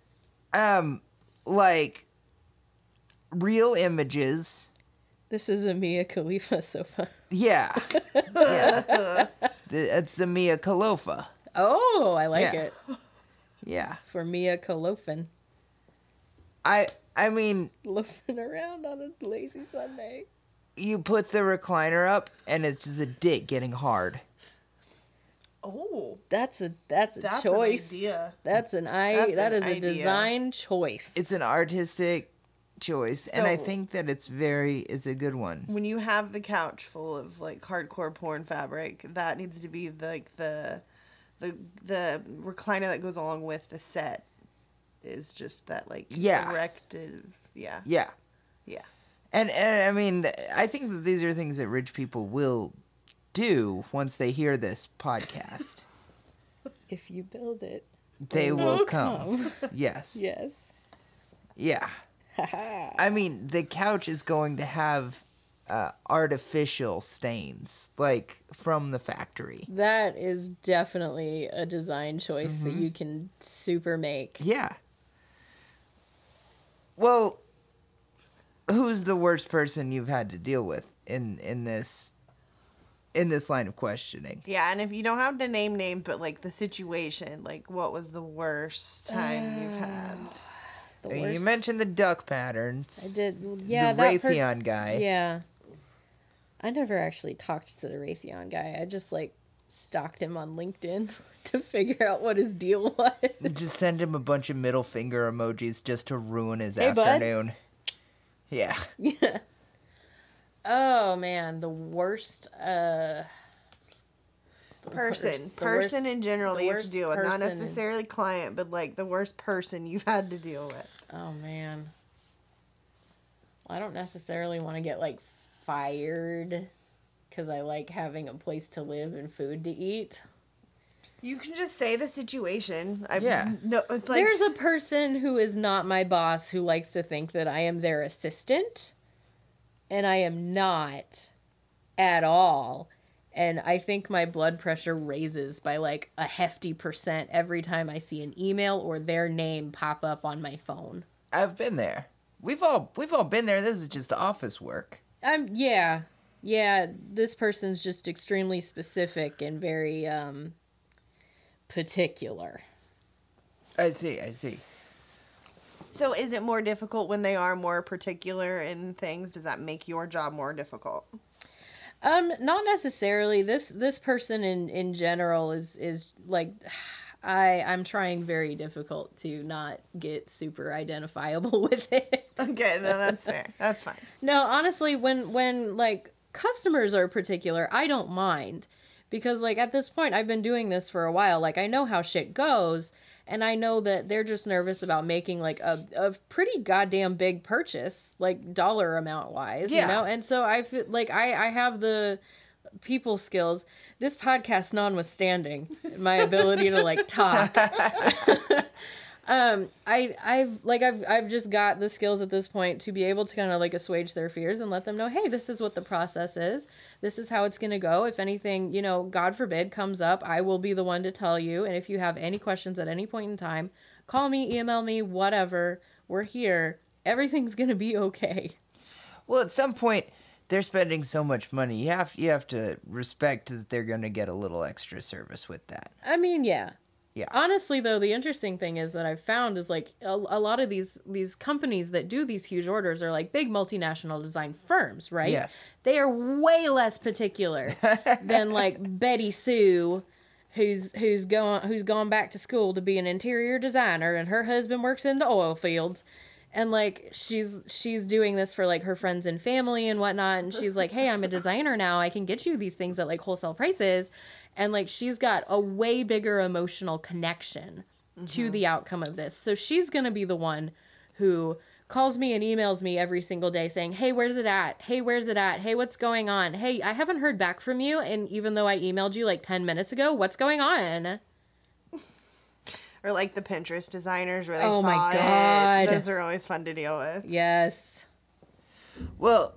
um, like, real images.
This is a Mia Khalifa sofa.
Yeah. yeah. The- It's the Mia Khalifa.
Oh, I like
Yeah.
it
Yeah.
for Mia Khalofin.
I. I mean,
Loafing around on a lazy Sunday.
you put the recliner up, and it's just a dick getting hard.
Oh,
That's a that's a
That's an
choice.
idea.
That's an I
That's
that
an
is a
idea.
design choice.
It's an artistic choice, and I
So-
think that it's very. It's a good one.
when you have the couch full of like hardcore porn fabric, that needs to be the, like the the the recliner that goes along with the set is just that like
Yeah.
erective yeah
Yeah.
yeah
And, and I mean, I think that these are things that rich people will do once they hear this podcast.
if you build it.
they will come. Yes. Yeah.
Yes.
I mean, the couch is going to have uh, artificial stains, like from the factory.
That is definitely a design choice that
Mm-hmm.
you can super make.
Yeah. Well, who's the worst person you've had to deal with in in this in this line of questioning?
yeah and if you don't have the name name but like the situation like what was the worst time you've had
The
I mean,
worst
you mentioned the duck patterns.
I did. well, Yeah,
the
that pers-
Raytheon guy.
Yeah. I never actually talked to the Raytheon guy. I just like stalked him on LinkedIn to figure out what his deal was.
Just send him a bunch of middle finger emojis just to ruin his
Hey, bud.
afternoon. Yeah.
Oh man, the worst. Uh, the
person
worst- the worst-
person in general
the
that you have to
worst
deal with not
person in-
necessarily client but like the worst person you've had to deal with
Oh man. I don't necessarily want to get like fired because I like having a place to live and food to eat.
you can just say the situation i
Yeah.
no it's like
There's a person who is not my boss who likes to think that I am their assistant, and I am not at all. And I think my blood pressure raises by like a hefty percent every time I see an email or their name pop up on my phone.
I've been there. We've all we've all been there. This is just office work.
Um yeah. Yeah, this person's just extremely specific and very um particular.
I see. I see.
So is it more difficult when they are more particular in things? Does that make your job more difficult?
Um not necessarily this this person in in general is is like I I'm trying very difficult to not get super identifiable with it.
Okay, then that's fair. That's fine.
No, honestly, when when like customers are particular, I don't mind because like at this point I've been doing this for a while. Like I know how shit goes and I know that they're just nervous about making like a, a pretty goddamn big purchase, like dollar amount wise,
Yeah.
you know? And so I feel like I I have the people skills. This podcast notwithstanding, my ability to like talk I I've like I've I've just got the skills at this point to be able to kind of like assuage their fears and let them know, hey, this is what the process is. This is how it's gonna go. If anything, you know, God forbid comes up, I will be the one to tell you. And if you have any questions at any point in time, call me, email me, whatever. We're here. Everything's gonna be okay.
Well, at some point, they're spending so much money. You have you have to respect that they're going to get a little extra service with that.
I mean, yeah.
Yeah.
Honestly, though, the interesting thing is that I've found is like a, a lot of these these companies that do these huge orders are like big multinational design firms, right?
Yes.
They are way less particular than like Betty Sue who's who's gone who's gone back to school to be an interior designer and her husband works in the oil fields and like she's she's doing this for like her friends and family and whatnot and she's like hey i'm a designer now i can get you these things at like wholesale prices and like she's got a way bigger emotional connection to the outcome of this so she's gonna be the one who calls me and emails me every single day saying, Hey, where's it at? Hey, where's it at? Hey, what's going on? Hey, I haven't heard back from you. And even though I emailed you like 10 minutes ago, what's going on?
Or like the Pinterest designers where they
Oh
saw
my
it.
God.
Those are always fun to deal with.
Yes.
Well,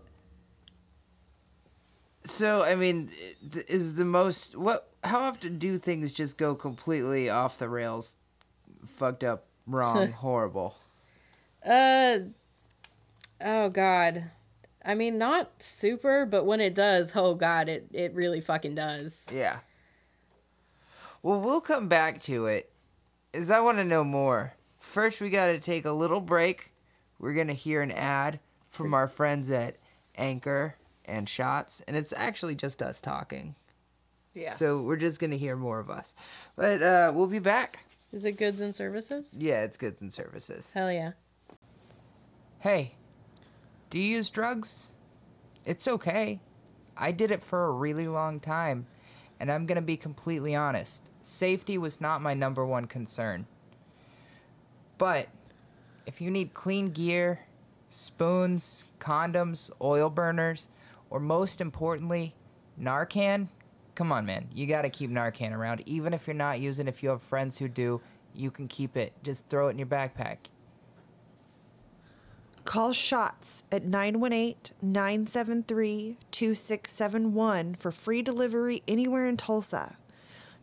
so I mean, th- is the most what? How often do things just go completely off the rails, fucked up, wrong, horrible?
Uh, oh God. I mean, not super, but when it does, oh God, it, it really fucking does.
Yeah. Well, we'll come back to it, as I want to know more. First, we got to take a little break. We're gonna hear an ad from our friends at Anchor and Shots, and it's actually just us talking.
Yeah.
So we're just gonna hear more of us, but uh, we'll be back.
Is it goods and services?
Yeah, it's goods and services.
Hell yeah.
Hey, do you use drugs? It's okay. I did it for a really long time, and I'm gonna be completely honest. Safety was not my number one concern. But if you need clean gear, spoons, condoms, oil burners, or most importantly, Narcan, come on, man. You gotta keep Narcan around. Even if you're not using, if you have friends who do, you can keep it. Just throw it in your backpack.
Call shots at 918 973 2671 for free delivery anywhere in Tulsa.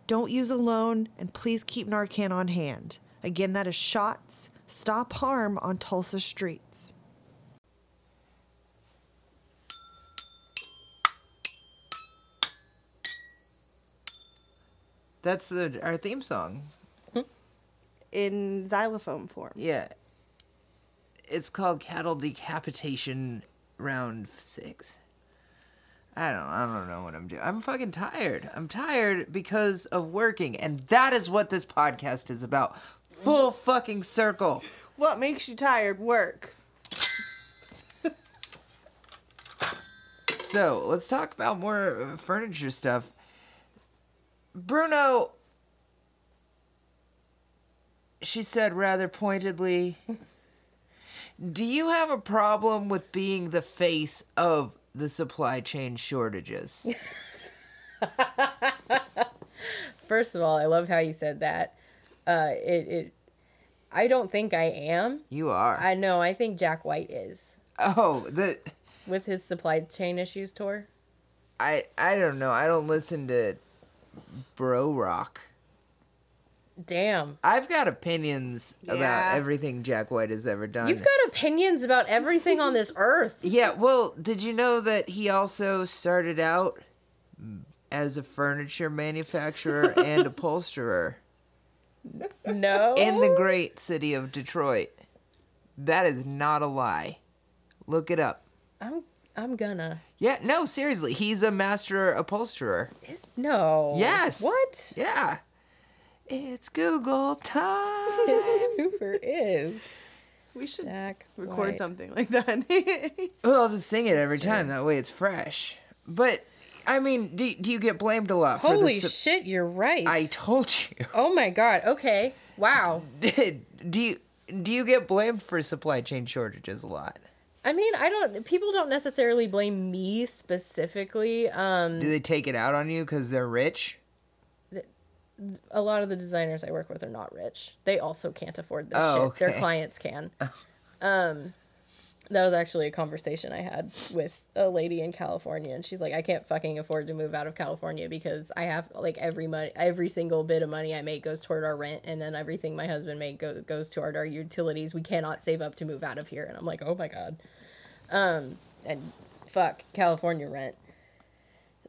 Don't use alone and please keep Narcan on hand. Again, that is shots. Stop harm on Tulsa streets.
That's uh, our theme song.
In xylophone form.
Yeah. It's called Cattle Decapitation Round Six. I don't. I don't know what I'm doing. I'm fucking tired. I'm tired because of working, and that is what this podcast is about. Full fucking circle.
What makes you tired? Work.
So let's talk about more uh, furniture stuff. Bruno. She said rather pointedly, Do you have a problem with being the face of the supply chain shortages?
First of all, I love how you said that. Uh, it, it, I don't think I am.
You are.
I know. I think Jack White is.
oh, the
with his supply chain issues tour.
I I don't know. I don't listen to bro rock.
Damn.
I've got opinions
Yeah.
about everything Jack White has ever done.
You've got opinions about everything on this earth.
Yeah, well, did you know that he also started out as a furniture manufacturer and upholsterer
No.
in the great city of Detroit? That is not a lie. Look it up.
I'm I'm gonna.
Yeah, no, seriously, he's a master upholsterer.
Is- no.
Yes.
What?
Yeah. It's Google time.
It super is.
We should
Jack.
record
White.
something like that.
well, I'll just sing it every time. That way it's fresh. But, I mean, do, do you get blamed a lot for
Holy
this?
shit, you're right.
I told you.
oh my god. Okay. Wow.
do you do you get blamed for supply chain shortages a lot?
I mean, I don't people don't necessarily blame me specifically. Um
Do they take it out on you because they're rich?
a lot of the designers I work with are not rich. They also can't afford this
Oh,
shit. Their
okay. Oh.
clients can. um, that was actually a conversation I had with a lady in California, and she's like, "I can't fucking afford to move out of California because I have like every money, every single bit of money I make goes toward our rent, and then everything my husband make go- goes toward our utilities. We cannot save up to move out of here." And I'm like, "Oh my god," um, and fuck California rent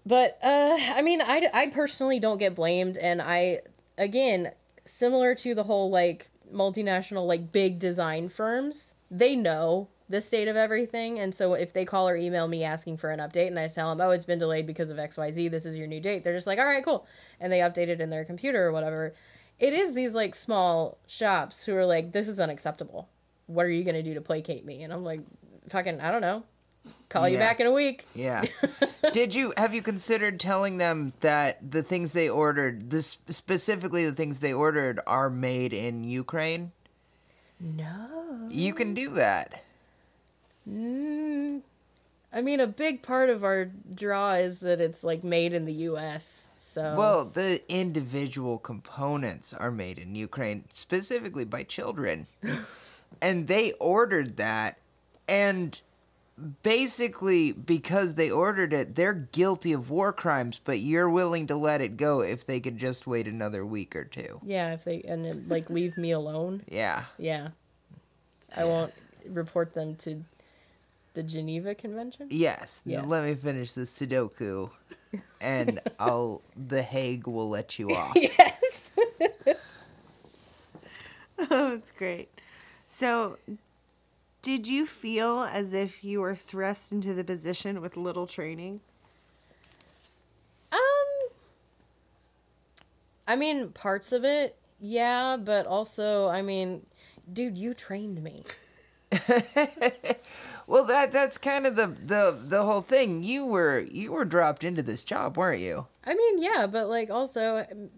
but uh i mean I, I personally don't get blamed and i again similar to the whole like multinational like big design firms they know the state of everything. And so if they call or email me asking for an update and I tell them, oh, it's been delayed because of XYZ, this is your new date, they're just like, all right, cool. And they update it in their computer or whatever. It is these like small shops who are like, this is unacceptable. What are you going to do to placate me? And I'm like, fucking, I don't know. Call you
Yeah.
back in a week.
Yeah. Did you have you considered telling them that the things they ordered, this specifically the things they ordered are made in Ukraine?
No.
You can do that.
Mm, I mean, a big part of our draw is that it's like made in the U.S. So
Well, the individual components are made in Ukraine specifically by children. and they ordered that and basically because they ordered it, they're guilty of war crimes, but you're willing to let it go if they could just wait another week or two.
yeah, if they and then, like leave me alone,
Yeah.
yeah, I won't report them to the Geneva Convention.
Yes. n-
Yes.
Let me finish the Sudoku, and I'll the Hague will let you off.
Yes.
Oh, it's great. So, did you feel as if you were thrust into the position with little training?
um, I mean, parts of it, yeah, but also, I mean, dude, you trained me.
Well, that that's kind of the the the whole thing. You were you were dropped into this job, weren't you?
I mean, yeah, but like also um,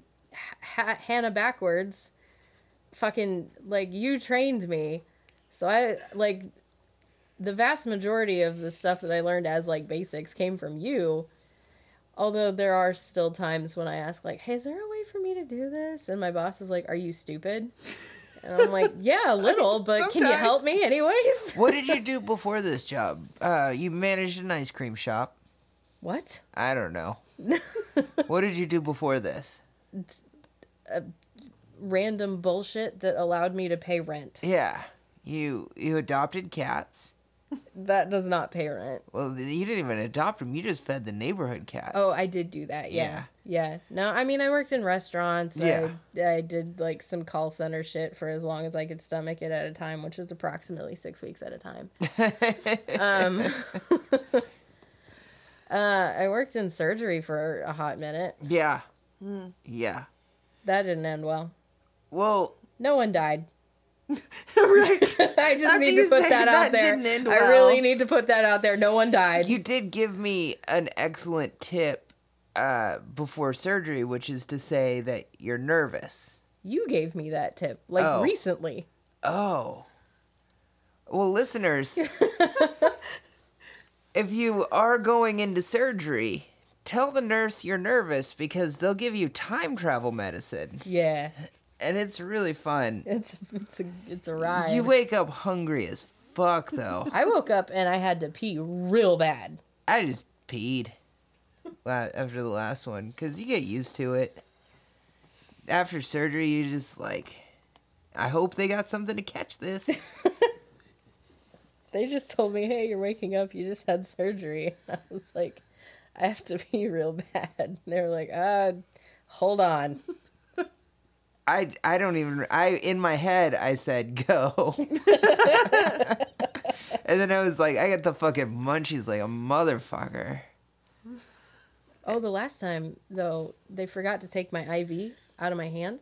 ha- Hannah backwards, fucking like you trained me, so I like the vast majority of the stuff that I learned as like basics came from you. Although there are still times when I ask like, "Hey, is there a way for me to do this?" and my boss is like, "Are you stupid?" And I'm like, "Yeah, a little, but can you help me anyways?"
What did you do before this job? Uh, you managed an ice cream shop.
What?
I don't know. what did you do before this?
Random bullshit that allowed me to pay rent.
Yeah, you you adopted cats.
That does not pay rent.
Well, you didn't even adopt them. You just fed the neighborhood cats.
Oh, I did do that. Yeah. yeah. No, I mean, I worked in restaurants.
Yeah.
I, I did like some call center shit for as long as I could stomach it at a time, which was approximately six weeks at a time. um, uh, I worked in surgery for a hot minute.
yeah,
Hmm.
yeah.
That didn't end well.
Well,
No one died.
right.
I just
After
need
you
to put
say
that out
that
there.
didn't end
I
well.
really need to put that out there. No one died.
You did give me an excellent tip uh, before surgery, which is to say that you're nervous.
You gave me that tip like
Oh.
recently.
Oh. Well, listeners, if you are going into surgery, tell the nurse you're nervous because they'll give you time travel medicine.
Yeah.
And it's really fun.
It's it's a it's a ride.
You wake up hungry as fuck, though.
I woke up and I had to pee real bad.
I just peed la- after the last one because you get used to it. After surgery, you just like, I hope they got something to catch this.
They just told me, "Hey, you're waking up. You just had surgery." I was like, "I have to pee real bad." And they were like, "Uh, hold on."
I I don't even I in my head I said go, and then I was like, I got the fucking munchies like a motherfucker.
Oh, the last time though, they forgot to take my IV out of my hand.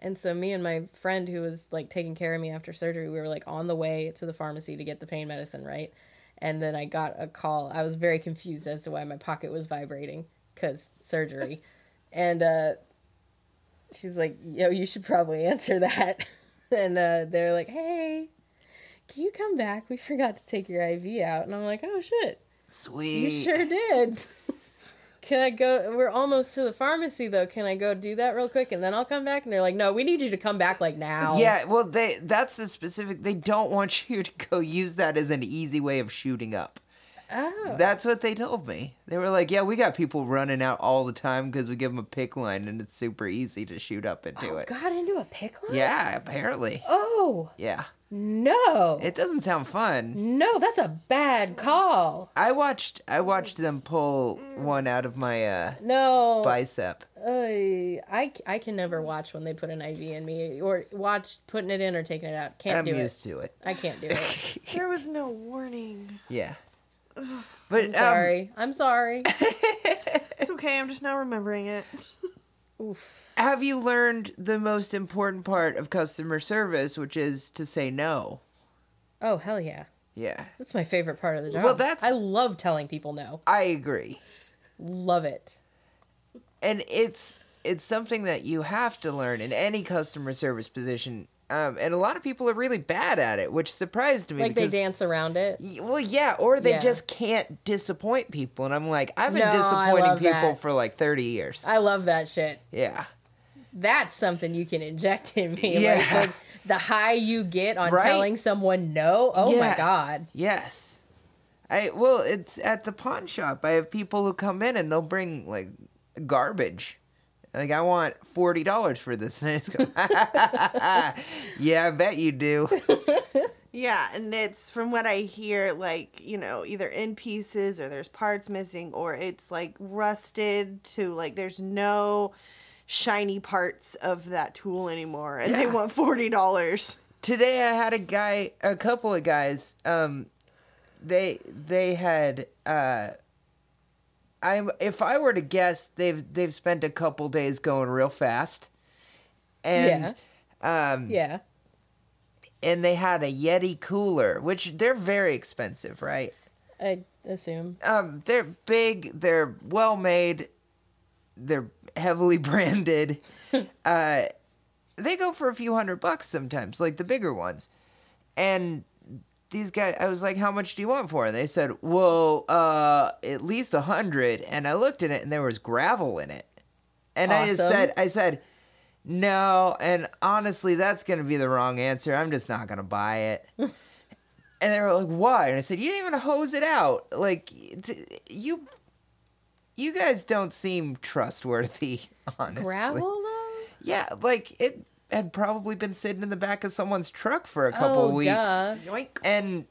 And so me and my friend who was like taking care of me after surgery, we were like on the way to the pharmacy to get the pain medicine, right? And then I got a call. I was very confused as to why my pocket was vibrating cuz surgery. and uh she's like, "Yo, you should probably answer that." and uh they're like, "Hey, can you come back? We forgot to take your IV out." And I'm like, "Oh shit."
Sweet.
You sure did. Can I go? We're almost to the pharmacy though. Can I go do that real quick and then I'll come back? And they're like, no, we need you to come back like now.
Yeah, well they that's the specific. They don't want you to go use that as an easy way of shooting up.
Oh.
That's what they told me. They were like, "Yeah, we got people running out all the time because we give them a pick line, and it's super easy to shoot up and do
Oh,
it."
got into a pickle?
Yeah, apparently.
Oh,
Yeah,
no.
it doesn't sound fun.
no, that's a bad call.
I watched. I
Mm.
watched them pull one out of my uh,
No.
bicep.
Oy, I, c- I can never watch when they put an IV in me or watch putting it in or taking it out. Can't
I'm
do
used
it.
to it.
I can't do it.
There was no warning.
Yeah. But
I'm
um,
sorry. I'm sorry.
It's okay. I'm just now remembering it.
Oof.
have you learned the most important part of customer service, which is to say no?
Oh, hell yeah.
Yeah,
That's my favorite part of the job.
Well, that's-
I love telling people no.
I agree.
Love it.
and it's it's something that you have to learn in any customer service position um, and a lot of people are really bad at it which surprised me
Like they
because
dance around it.
Y- well yeah or they
Yeah.
just can't disappoint people and i'm like i've been
No, I
disappointing
love
people
that.
for like 30 years
I love that shit.
yeah
That's something you can inject in me.
Yeah.
Like the, the high you get on
Right?
telling someone no. Oh
Yes.
my god.
yes i well it's at the pawn shop i have people who come in and they'll bring like garbage like i want $40 for this and i just go yeah i bet you do
Yeah, and it's from what I hear, like, you know, either in pieces or there's parts missing or it's like rusted to like there's no shiny parts of that tool anymore and they want forty dollars.
today I had a guy, a couple of guys. Um, they they had. Uh, I'm if I were to guess, they've they've spent a couple days going real fast, and um,
Yeah.
and they had a Yeti cooler, which they're very expensive, right?
I assume.
Um, they're big, they're well made, they're heavily branded. uh, they go for a few hundred bucks sometimes, like the bigger ones. And these guys, I was like, "How much do you want for?" it?" And they said, "Well, uh, at least a hundred. And I looked at it, and there was gravel in it. And I just
Awesome.
said, "I said." No, and honestly, that's going to be the wrong answer. I'm just not going to buy it. And they were like, "Why?" And I said, "You didn't even hose it out. Like, t- you, you guys don't seem trustworthy, honestly.
Gravel though?
Yeah, like it had probably been sitting in the back of someone's truck for a couple
oh,
weeks.
Duh.
Yoink.
And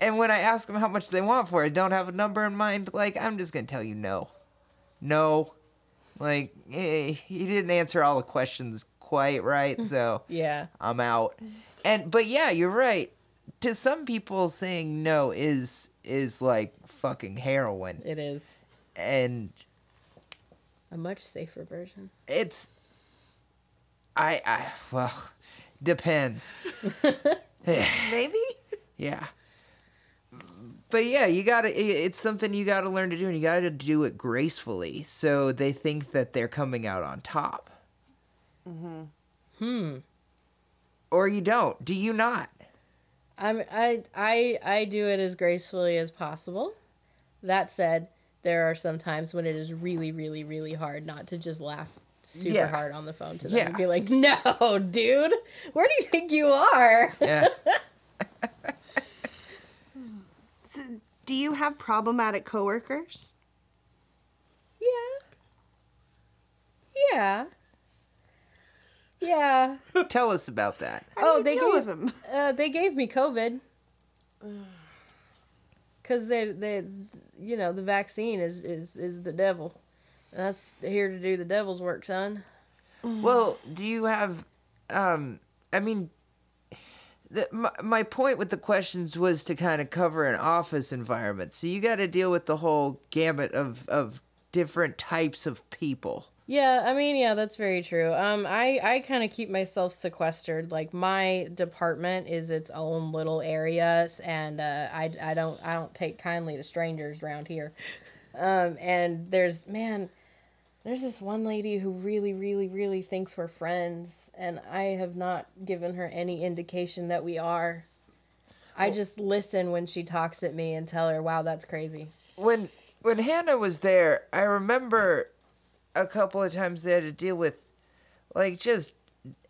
and when I ask them how much they want for it, don't have a number in mind. Like, I'm just gonna tell you no, no. Like, eh, he didn't answer all the questions quite right, so
Yeah.
I'm out. And but yeah, you're right. To some people, saying no is is like fucking heroin,
It is.
and
A much safer version.
it's I I well depends.
Maybe?
Yeah. But yeah, you got to it's something you got to learn to do and you got to do it gracefully so they think that they're coming out on top. Mhm. Hmm. Or you don't. Do you not?
I'm, I I I do it as gracefully as possible. That said, there are some times when it is really, really, really hard not to just laugh super
Yeah.
hard on the phone to them and
Yeah.
be like, "No, dude, where do you think you are?"
Yeah.
Do you have problematic coworkers?
Yeah, yeah, yeah.
Tell us about that.
How do
Oh,
you
they
deal
gave-
with them.
Uh, they gave me COVID because they they you know the vaccine is is is the devil. That's here to do the devil's work, son.
Well, do you have? Um, I mean, the, my, my point with the questions was to kind of cover an office environment, so you got to deal with the whole gamut of of different types of people.
Yeah, I mean, yeah, that's very true. Um, I I kind of keep myself sequestered. Like my department is its own little area, and uh, I I don't I don't take kindly to strangers around here. Um, and there's man, there's this one lady who really really really thinks we're friends, and I have not given her any indication that we are. I just listen when she talks at me and tell her, "Wow, that's crazy."
when when Hannah was there, I remember a couple of times they had to deal with like just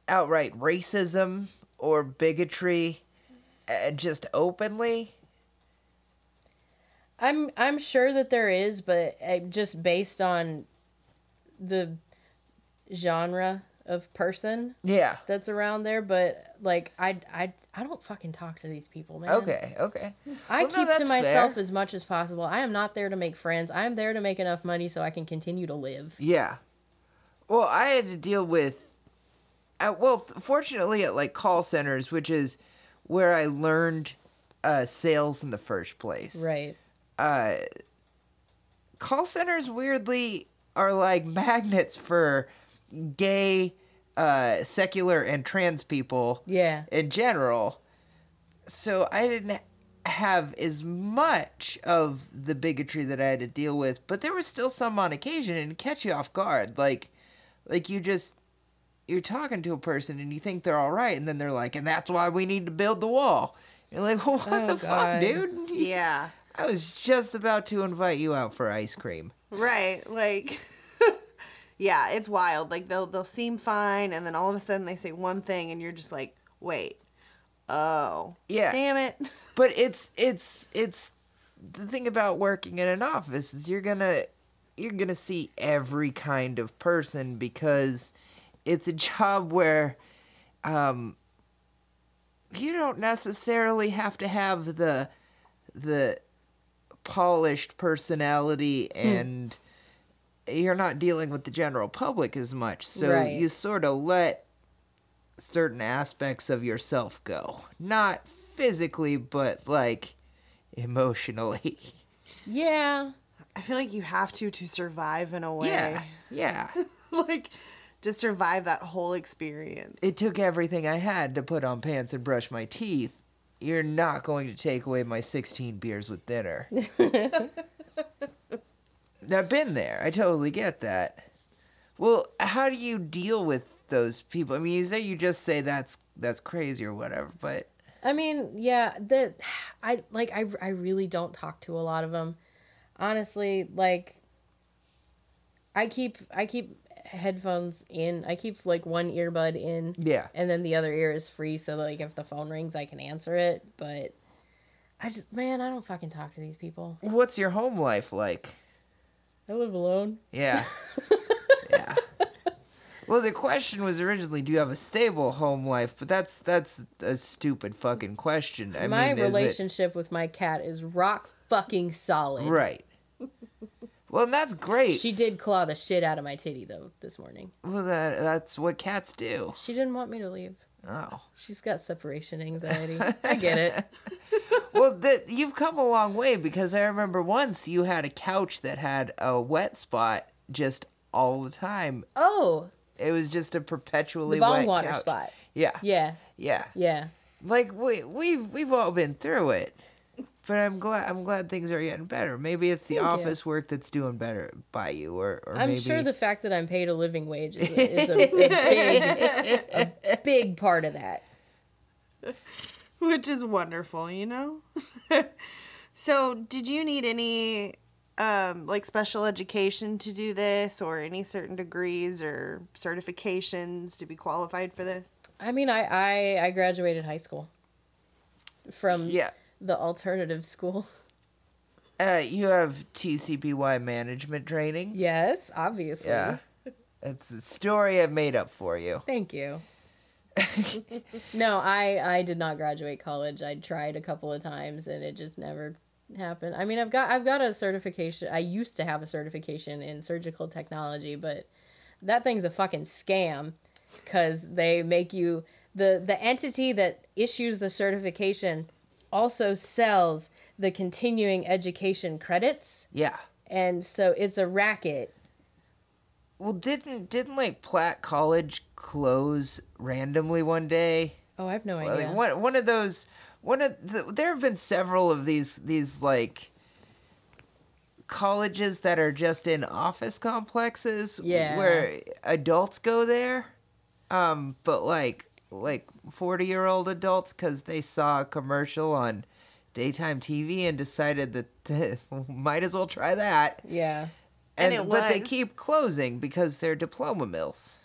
outright racism or bigotry, uh, just openly.
I'm I'm sure that there is, but uh, just based on the genre of person
Yeah.
that's around there, but like I I I don't fucking talk to these people, man.
Okay. Okay.
I
Well, no,
keep to
that's
myself
fair.
as much as possible. I am not there to make friends. I am there to make enough money so I can continue to live.
Yeah. Well, I had to deal with, at, well, th- fortunately, at like call centers, which is where I learned uh, sales in the first place.
Right.
Uh, call centers weirdly are like magnets for gay, uh, secular, and trans people
Yeah.
in general. So I didn't have as much of the bigotry that I had to deal with, but there was still some on occasion and it'd catch you off guard. Like like you just you're talking to a person and you think they're all right and then they're like, and that's why we need to build the wall. You're like, well, what
Oh,
the
God.
fuck, dude?
Yeah.
I was just about to invite you out for ice cream.
Right. Like Yeah, it's wild. Like they'll they'll seem fine and then all of a sudden they say one thing and you're just like, "Wait. Oh.
Yeah.
Damn it."
but it's it's it's the thing about working in an office is you're gonna you're gonna see every kind of person because it's a job where um you don't necessarily have to have the the polished personality and you're not dealing with the general public as much so
Right.
you sort of let certain aspects of yourself go. Not physically, but like emotionally.
Yeah.
I feel like you have to to survive in a way.
Yeah. Yeah.
like to survive that whole experience.
it took everything I had to put on pants and brush my teeth. You're not going to take away my 16 beers with dinner. I've been there. I totally get that. Well, how do you deal with those people? I mean, you say you just say that's that's crazy or whatever, but
I mean, yeah, that I like I I really don't talk to a lot of them. Honestly, like I keep I keep headphones in. I keep like one earbud in.
Yeah.
And then the other ear is free so like if the phone rings I can answer it, but I just man, I don't fucking talk to these people.
what's your home life like?
I live alone.
Yeah. yeah. Well, the question was originally, do you have a stable home life? But that's that's a stupid fucking question. I
my
mean, is it-
relationship with my cat is rock fucking solid.
right? Well, and that's great.
She did claw the shit out of my titty though this morning.
well, that that's what cats do.
She didn't want me to leave.
Oh.
She's got separation anxiety. I get it.
Well, that you've come a long way because I remember once you had a couch that had a wet spot just all the time.
Oh,
It was just a perpetually
The bong
wet
water
couch.
spot.
Yeah.
yeah,
Yeah.
yeah.
like we we've we've all been through it but i'm glad i'm glad things are getting better maybe it's the
Thank you.
office work that's doing better by you or, or
I'm
maybe
sure the fact that I'm paid a living wage is, a, is a, a big, a big part of that.
which is wonderful, you know. so, did you need any um like special education to do this or any certain degrees or certifications to be qualified for this?
I mean, I I, I graduated high school from
yeah
the alternative school.
uh, you have tcpy management training
Yes, obviously.
yeah it's a story i've made up for you
Thank you. no, I I did not graduate college. I tried a couple of times and it just never happened. I mean, I've got I've got a certification. I used to have a certification in surgical technology, but that thing's a fucking scam cuz they make you the the entity that issues the certification also sells the continuing education credits,
yeah
and so it's a racket.
well didn't didn't like platt college close randomly one day
Oh, I have no
Well,
idea.
Like one one of those one of the, there have been several of these these like colleges that are just in office complexes
Yeah.
where adults go there um but like like 40 year old adults cuz they saw a commercial on daytime TV and decided that might as well try that
Yeah.
and,
And it
but they
was.
keep closing because they're diploma mills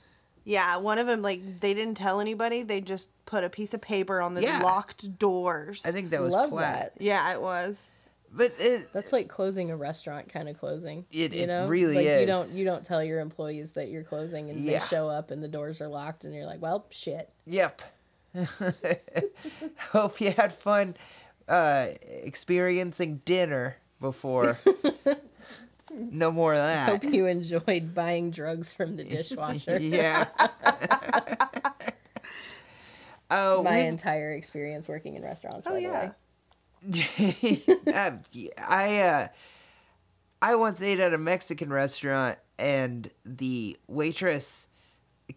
Yeah, one of them like they didn't tell anybody. They just put a piece of paper on the
Yeah.
locked doors.
i think that was
Love
Platt.
that.
Yeah, it was.
But it,
That's like closing a restaurant kind of closing.
It- it really
like You
is.
don't you don't tell your employees that you're closing and
Yeah.
they show up and the doors are locked and you're like, Well, shit.
Yep. Hope you had fun uh, experiencing dinner before. no more of
Hope
that.
you enjoyed buying drugs from the dishwasher.
Yeah. Oh,
My
we've- Oh,
entire experience working in restaurants, by
yeah.
Um, yeah, I uh, I once ate at a Mexican restaurant, and the waitress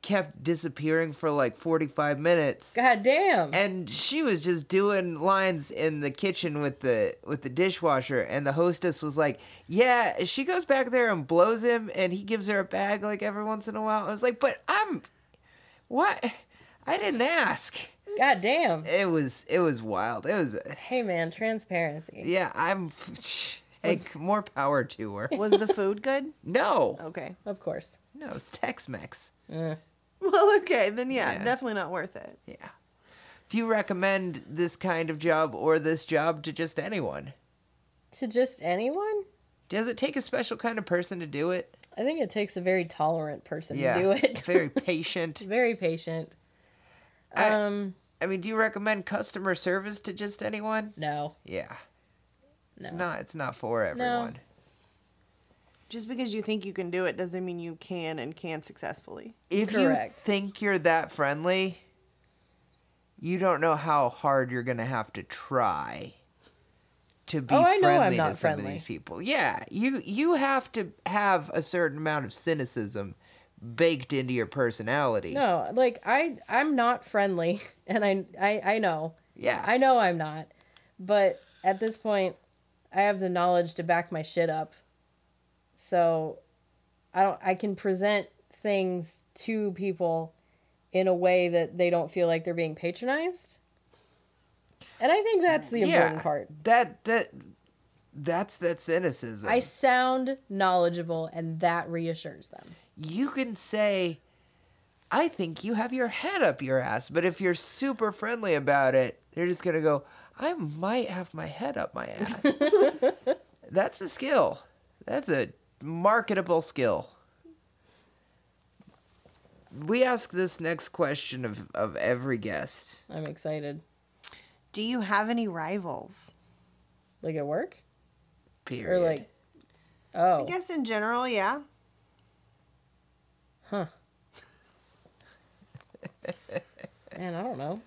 kept disappearing for like forty five minutes.
the way. God damn.
and she was just doing lines in the kitchen with the with the dishwasher and the hostess was like yeah she goes back there and blows him and he gives her a bag like every once in a while i was like but i'm what i didn't ask
God damn.
it was it was wild it was
Hey man, transparency.
yeah i'm hey more power to her
Was the food good?
no
Okay.
Of course.
no it's tex-mex
Well, okay, then yeah,
Yeah.
definitely not worth it.
yeah do you recommend this kind of job or this job to just anyone
To just anyone?
does it take a special kind of person to do it
I think it takes a very tolerant person
yeah,
to do it.
very patient.
very patient.
I-
Um,
I mean, do you recommend customer service to just anyone?
no.
Yeah. It's
No.
not it's not for everyone.
Just because you think you can do it doesn't mean you can and can successfully.
If
Correct.
you think you're that friendly, you don't know how hard you're going to have to try to be
Oh, I know I'm
friendly to
not
some of
friendly.
these people. Yeah, you you have to have a certain amount of cynicism baked into your personality.
No, like I I'm not friendly and I I I know.
Yeah.
I know I'm not. But at this point, I have the knowledge to back my shit up. So I don't I can present things to people in a way that they don't feel like they're being patronized. And I think that's the important part.
That that that's that cynicism.
I sound knowledgeable and that reassures them.
you can say, I think you have your head up your ass. But if you're super friendly about it, they're just going to go, I might have my head up my ass. That's a skill. That's a marketable skill. We ask this next question of, of every guest.
I'm excited.
Do you have any rivals?
Like at work?
Period.
Or like Oh.
I guess in general, yeah.
Man, I don't know.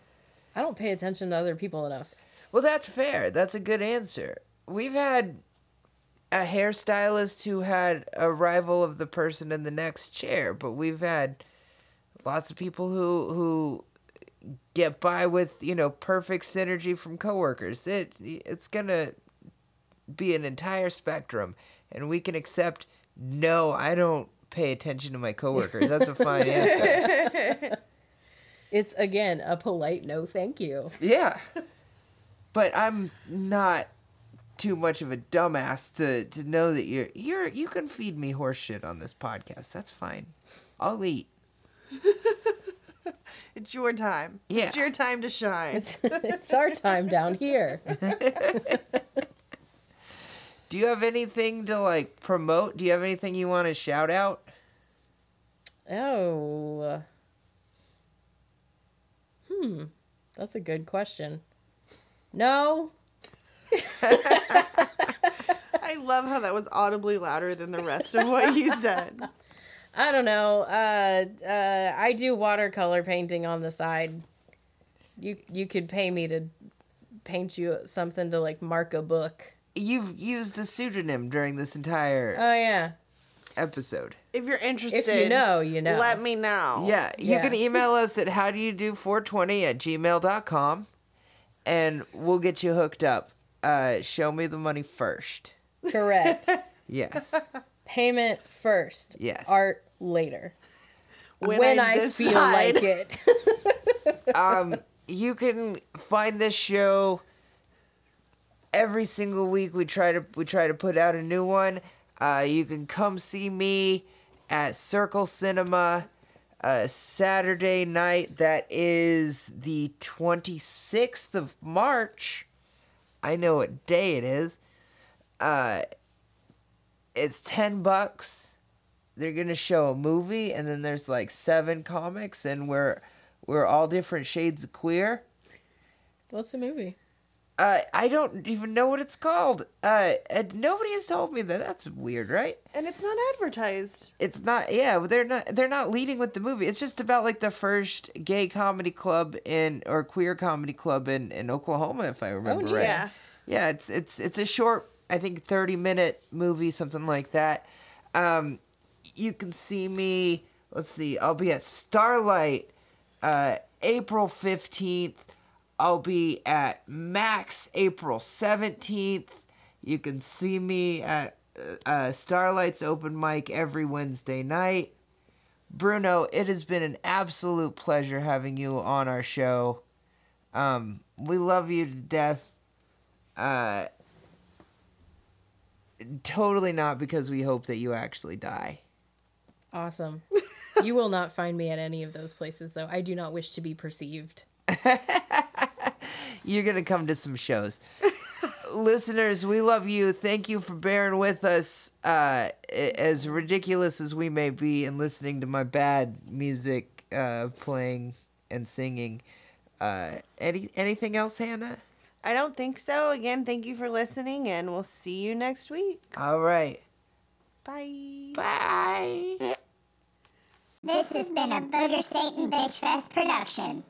I don't pay attention to other people enough.
Well, that's fair. That's a good answer. We've had a hairstylist who had a rival of the person in the next chair, but we've had lots of people who who get by with you know perfect synergy from coworkers. It it's gonna be an entire spectrum, and we can accept. No, I don't pay attention to my coworkers. That's a fine answer.
It's again a polite no thank you.
Yeah. But I'm not too much of a dumbass to, to know that you're you're you can feed me horse shit on this podcast. That's fine. I'll eat.
It's your time.
Yeah.
It's your time to shine.
It's it's our time down here.
Do you have anything to like promote? Do you have anything you want to shout out?
Oh. Hmm. That's a good question. No.
I love how that was audibly louder than the rest of what you said.
I don't know. Uh, uh, I do watercolor painting on the side. You you could pay me to paint you something to like mark a book.
You've used a pseudonym during this entire
Oh yeah.
episode.
If you're interested,
If you know, you know.
let me know.
Yeah, you
Yeah.
can email us at how do you do 420 at gmail.com and we'll get you hooked up. Uh, show me the money first.
Correct.
Yes.
Payment first.
Yes.
Art later.
When
When,
I
I, feel
decide.
like it.
um, you can find this show every single week. We try to we try to put out a new one. Uh, you can come see me at Circle Cinema uh, Saturday night. That is the twenty sixth of March. I know what day it is. uh, it's 10 bucks. They're going to show a movie and then there's like seven comics and we're we're all different shades of queer.
What's the movie?
Uh, I don't even know what it's called. Uh, and nobody has told me that. That's weird, right?
And it's not advertised.
It's not. Yeah, they're not. They're not leading with the movie. It's just about like the first gay comedy club in or queer comedy club in in Oklahoma, if I remember right.
yeah.
Yeah, it's it's it's a short, I think, thirty minute movie, something like that. Um, you can see me. Let's see. I'll be at Starlight, uh, April fifteenth. I'll be at Max April seventeenth. You can see me at uh, uh, Starlight's open mic every Wednesday night. Bruno, it has been an absolute pleasure having you on our show. Um, we love you to death. Uh, totally not because we hope that you actually die.
Awesome. you will not find me at any of those places, though. I do not wish to be perceived.
You're going to come to some shows. Listeners, we love you. Thank you for bearing with us, uh, a- as ridiculous as we may be, and listening to my bad music uh, playing and singing. Uh, any anything else, Hannah?
I don't think so. Again, thank you for listening, and we'll see you next week.
All right.
Bye.
Bye.
This has been a Booger Satan Bitch Fest production.